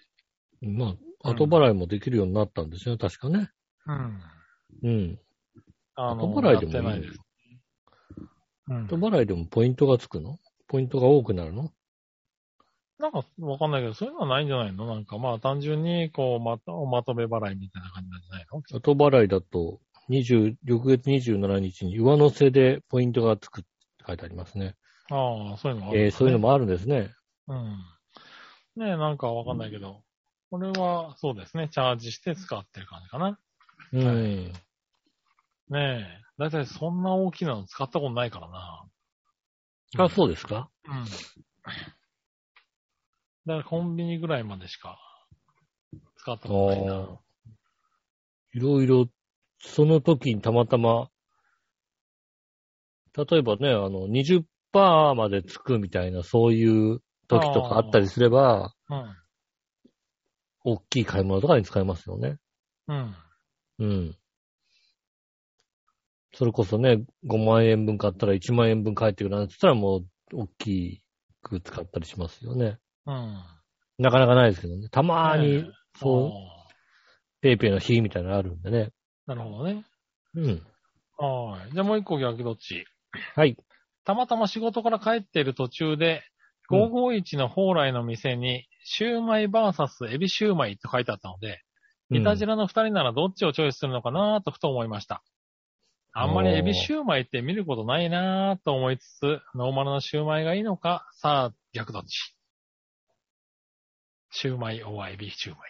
B: まあ、後払いもできるようになったんですよね、確かね。
C: うん。
B: うん。
C: あの、
B: 後払いでもいい
C: やってないです。うん
B: 後。払いでもポイントがつくのポイントが多くなるの
C: なんかわかんないけど、そういうのはないんじゃないのなんかまあ単純に、こう、また、おまとめ払いみたいな感じなんじゃないの
B: 後払いだと、20、翌月27日に上乗せでポイントがつくって書いてありますね。
C: ああ、そういうのもある、
B: えーそういうのもあるんですね。
C: うん。ねえ、なんかわかんないけど、これは、そうですね、チャージして使ってる感じかな。
B: うん。
C: ねえ、だいたいそんな大きなの使ったことないからな。
B: あ、そうですか
C: うん。だからコンビニぐらいまでしか使ったことない
B: あー
C: な。
B: いろいろ、その時にたまたま、例えばね、あの、20%までつくみたいな、そういう時とかあったりすれば、大きい買い物とかに使えますよね。
C: うん。うん。
B: うん。それこそね、5万円分買ったら1万円分返ってくるなんて言ったらもう、大きく使ったりしますよね。
C: うん。
B: なかなかないですけどね。たまー
C: ね
B: に
C: え、
B: そう、ペイペイの日みたいなのあるんでね。
C: あーなるほどね。
B: うん。
C: はーい。じゃあもう一個逆どっち
B: はい。
C: たまたま仕事から帰っている途中で、
B: うん
C: 551の蓬莱の店に、シューマイバーサスエビシューマイって書いてあったので、いたじらの二人ならどっちをチョイスするのかなとふと思いました。あんまりエビシューマイって見ることないなと思いつつ、ノーマルのシューマイがいいのか、さあ、逆どっちシューマイオアエビシューマ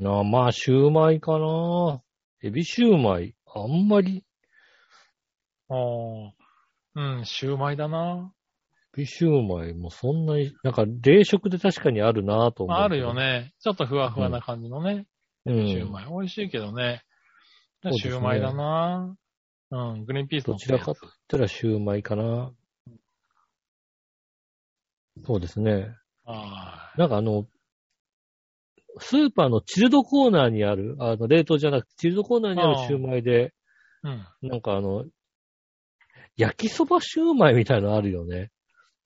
C: イ。
B: なあ、まあ、シューマイかな。エビシューマイ。あんまり、
C: おーうん、シューマイだな
B: エビシューマイもそんなに、なんか、冷食で確かにあるなと思
C: ま
B: う。
C: ああるよ。ね。ちょっとふわふわな感じのね。
B: う
C: シュー
B: ん。
C: マイ。美味しいけどね。
B: そうです
C: シ
B: ね
C: ューマイだなうん、グリーンピースの
B: どちらかと言ったらシューマイかな。そうですね。
C: あ
B: なんかあの、スーパーのチルドコーナーにある、あの、冷凍じゃなくてチルドコーナーにあるシューマイで、
C: あ。うん。
B: なんかあの、焼きそばシューマイみたいなのあるよね。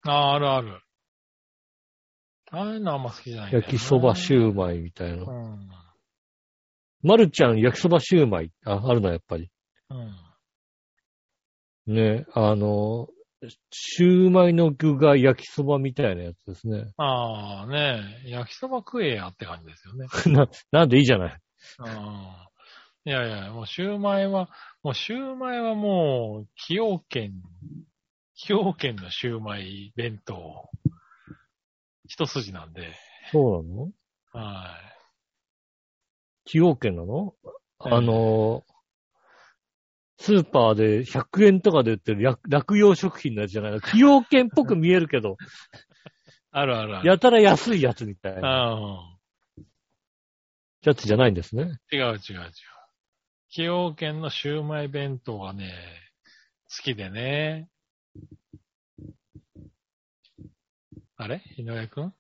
C: ああ、あるある。ああいうのあんま好きじゃないんだよな。
B: 焼きそばシ
C: ー
B: ューマイみたいな
C: う。ん。
B: まるちゃん焼きそばシューマイ。あ、あるな、やっぱり。
C: うん。
B: ね、あの、シューマイの具が焼きそばみたいなやつですね。
C: あ あ、ねえ焼きそば食えやって感じですよね。
B: な、なんでいいじゃない。
C: ああ。いやいや、もうシューマイは、もうシューマイはもう、崎陽軒、崎陽軒のシューマイ弁当、一筋なんで、
B: そうなの
C: は
B: 崎陽軒なの、
C: ええ
B: あの、スーパーで100円とかで売ってる薬薬用食品のやつじゃないの。崎陽軒っぽく見えるけ ど、
C: い。あるあるある。
B: やたら安いやつみたいな
C: あ
B: やつじゃないんですね。
C: ー違う違う違う。崎陽軒のシューマイ弁当がね、好きでね。あれ井上くん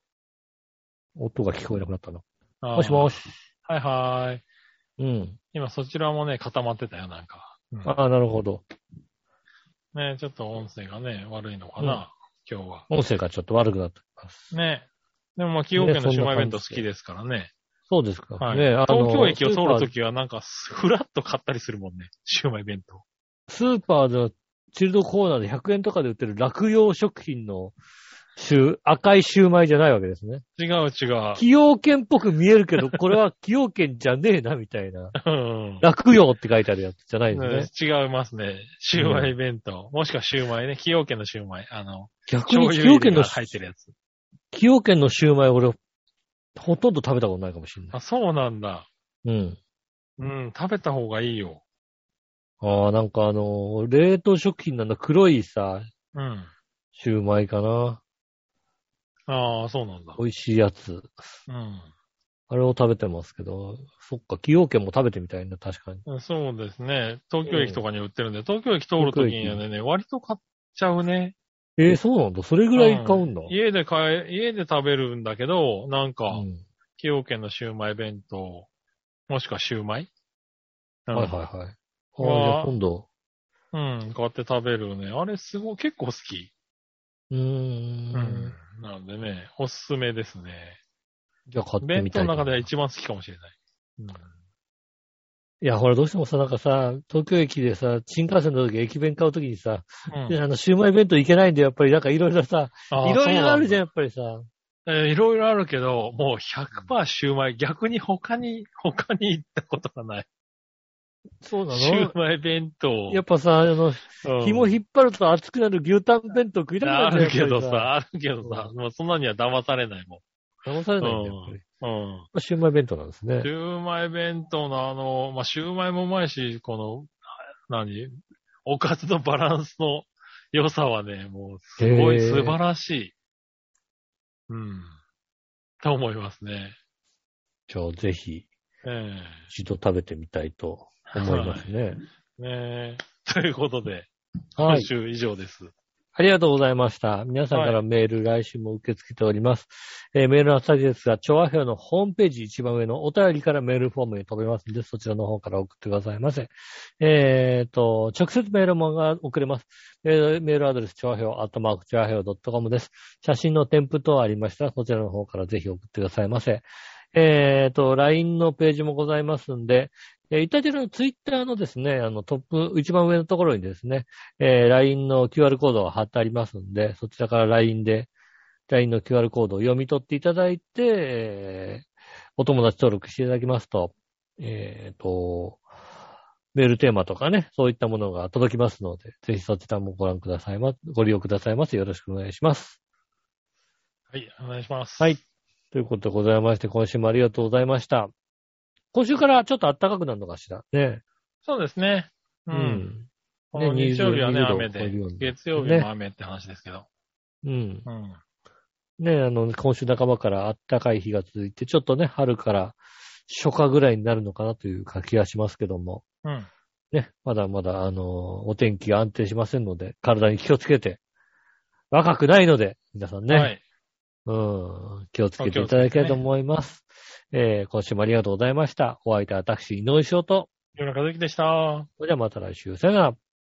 B: 音が聞こえなくなったの。
C: も
B: もしもし。
C: はいはーい。
B: うん。
C: 今そちらもね、固まってたよ、なんか。うん
B: ああ、なるほど。
C: ね、ちょっと音声がね、悪いのかな、今日は。
B: 音声がちょっと悪くなってます。
C: ね。でもまあ、崎陽軒のシューマイ弁当好きですからね。
B: そうですか。
C: はい、
B: ねあの
C: 東京駅を通るときはなんか、ふらっと買ったりするもんね。シューマイ弁当。
B: スーパーのチルドコーナーで100円とかで売ってる落葉食品のシュー赤いシューマイじゃないわけですね。
C: 違う違う。
B: 崎陽軒っぽく見えるけど、 これは崎陽軒じゃねえな、みたいな。
C: うん
B: 落葉って書いてあるやつじゃないですね。
C: 違いますね。シューマイ弁当。もしくはシューマイね。崎陽軒のシューマイ。あの、
B: 逆に
C: 醤
B: 崎
C: 油
B: 陽
C: 入
B: 軒
C: り
B: の、
C: が
B: 崎
C: 入ってるやつ。
B: 陽軒のシューマイ俺、ほとんど食べたことないかもしれない。
C: あ、そうなんだ。
B: うん。
C: うん、食べた方がいいよ。
B: ああ、なんかあのー冷凍食品なんだ、黒いさ、
C: うん。
B: シューマイかな。
C: ああ、そうなんだ。
B: 美味しいやつ。
C: うん。
B: あれを食べてますけど、そっか、崎陽軒も食べてみたいな、確かに。
C: そうですね。東京駅とかに売ってるんで、東京駅通るときにはね、割と買っちゃうね。
B: えー、そうなんだ。それぐらい買うんだ。
C: うん家で買え、家で食べるんだけど、なんか、
B: うん
C: 崎陽軒のシューマイ弁当、もしくはシューマイうん
B: はいはいはい。あー
C: うわー
B: じゃあ今度。
C: うん、買って食べるね。あれすごい、結構好き。
B: うーん,、
C: うん。なんでね、おすすめですね。
B: じゃあ買って
C: 弁
B: みた
C: 当
B: い
C: の
B: な。
C: 中では一番好きかもしれない。うん。
B: いや、ほら、どうしてもさ、なんかさ、東京駅でさ、新幹線の時、駅弁買う時にさ、
C: うん
B: いやあの、シューマイ弁当いけないんで、やっぱり、なんかいろいろさ、
C: あー
B: いろいろあるじゃん、や
C: そ
B: っぱりさ。
C: うなんだえーいろいろあるけど、もう100%シューマイ、逆に他に、他に行ったことがない。
B: そうな
C: シューマイ弁当。
B: やっぱさ、あの、
C: うん
B: 紐引っ張ると熱くなる牛タン弁当食いたくな
C: ある
B: るじゃ
C: け
B: ん。や
C: ど
B: っぱり
C: さ、。あるけどさ、もうそんなには騙されないも
B: 騙されないんだよ、やっぱり。
C: ん。
B: まあシューマイ弁当なんです
C: う
B: ね
C: ん。シ。ューマイ弁当のあの、まあ、シューマイもうまいし、この、あ何おかずのバランスの良さはね、もうすご
B: へ
C: い
B: ー
C: 素晴らしい。うん。と思いますね。
B: じゃあ、ぜひ、
C: え
B: 一度食べてみたいと
C: え
B: 思いますね。
C: はいねえということで、
B: は
C: 今
B: い。
C: 週以上です。
B: ありがとうございました。皆さんからメール、来週も受け付けております。えーメールの先ですが、調和表のホームページ一番上のお便りからメールフォームに飛べますので、そちらの方から送ってくださいませ。えっ、と、直接メールもが送れます。えーメールアドレス、調和表、アットマーク、調和表 .com です。写真の添付等ありましたら、そちらの方からぜひ送ってくださいませ。えっ、と、LINE のページもございますんで、えー、イタジェラのツイッターのですね、あのトップ、一番上のところにですね、えー LINE の QR コードが貼ってありますんで、そちらから LINE で、LINE の QR コードを読み取っていただいて、えーお友達登録していただきますと、えっ、と、メールテーマとかね、そういったものが届きますので、ぜひそちらもご覧くださいま、ご利用くださいませ。よろしくお願いします。
C: はい、お願いします。
B: はい。ということでございまして、今週もありがとうございました。今週からちょっと暖かくなるのかしら。ね。
C: そうですね。う。。
B: うん
C: この日曜日はね、
B: 20度
C: 雨で
B: 超えるように、なって
C: 月曜日も雨って話ですけど。
B: うん。
C: うん。
B: ね、あの、今週半ばから暖かい日が続いて、ちょっとね、春から初夏ぐらいになるのかなという気がしますけども、
C: うん。
B: ね、まだまだ、あの、お天気が安定しませんので、体に気をつけて、若くないので、皆さんね、
C: はい。
B: うん、気をつけていただきたいと思います。えー今週もありがとうございました。お相手は私、井上翔と、
C: 木村和樹でした。
B: それではまた来週、さよなら。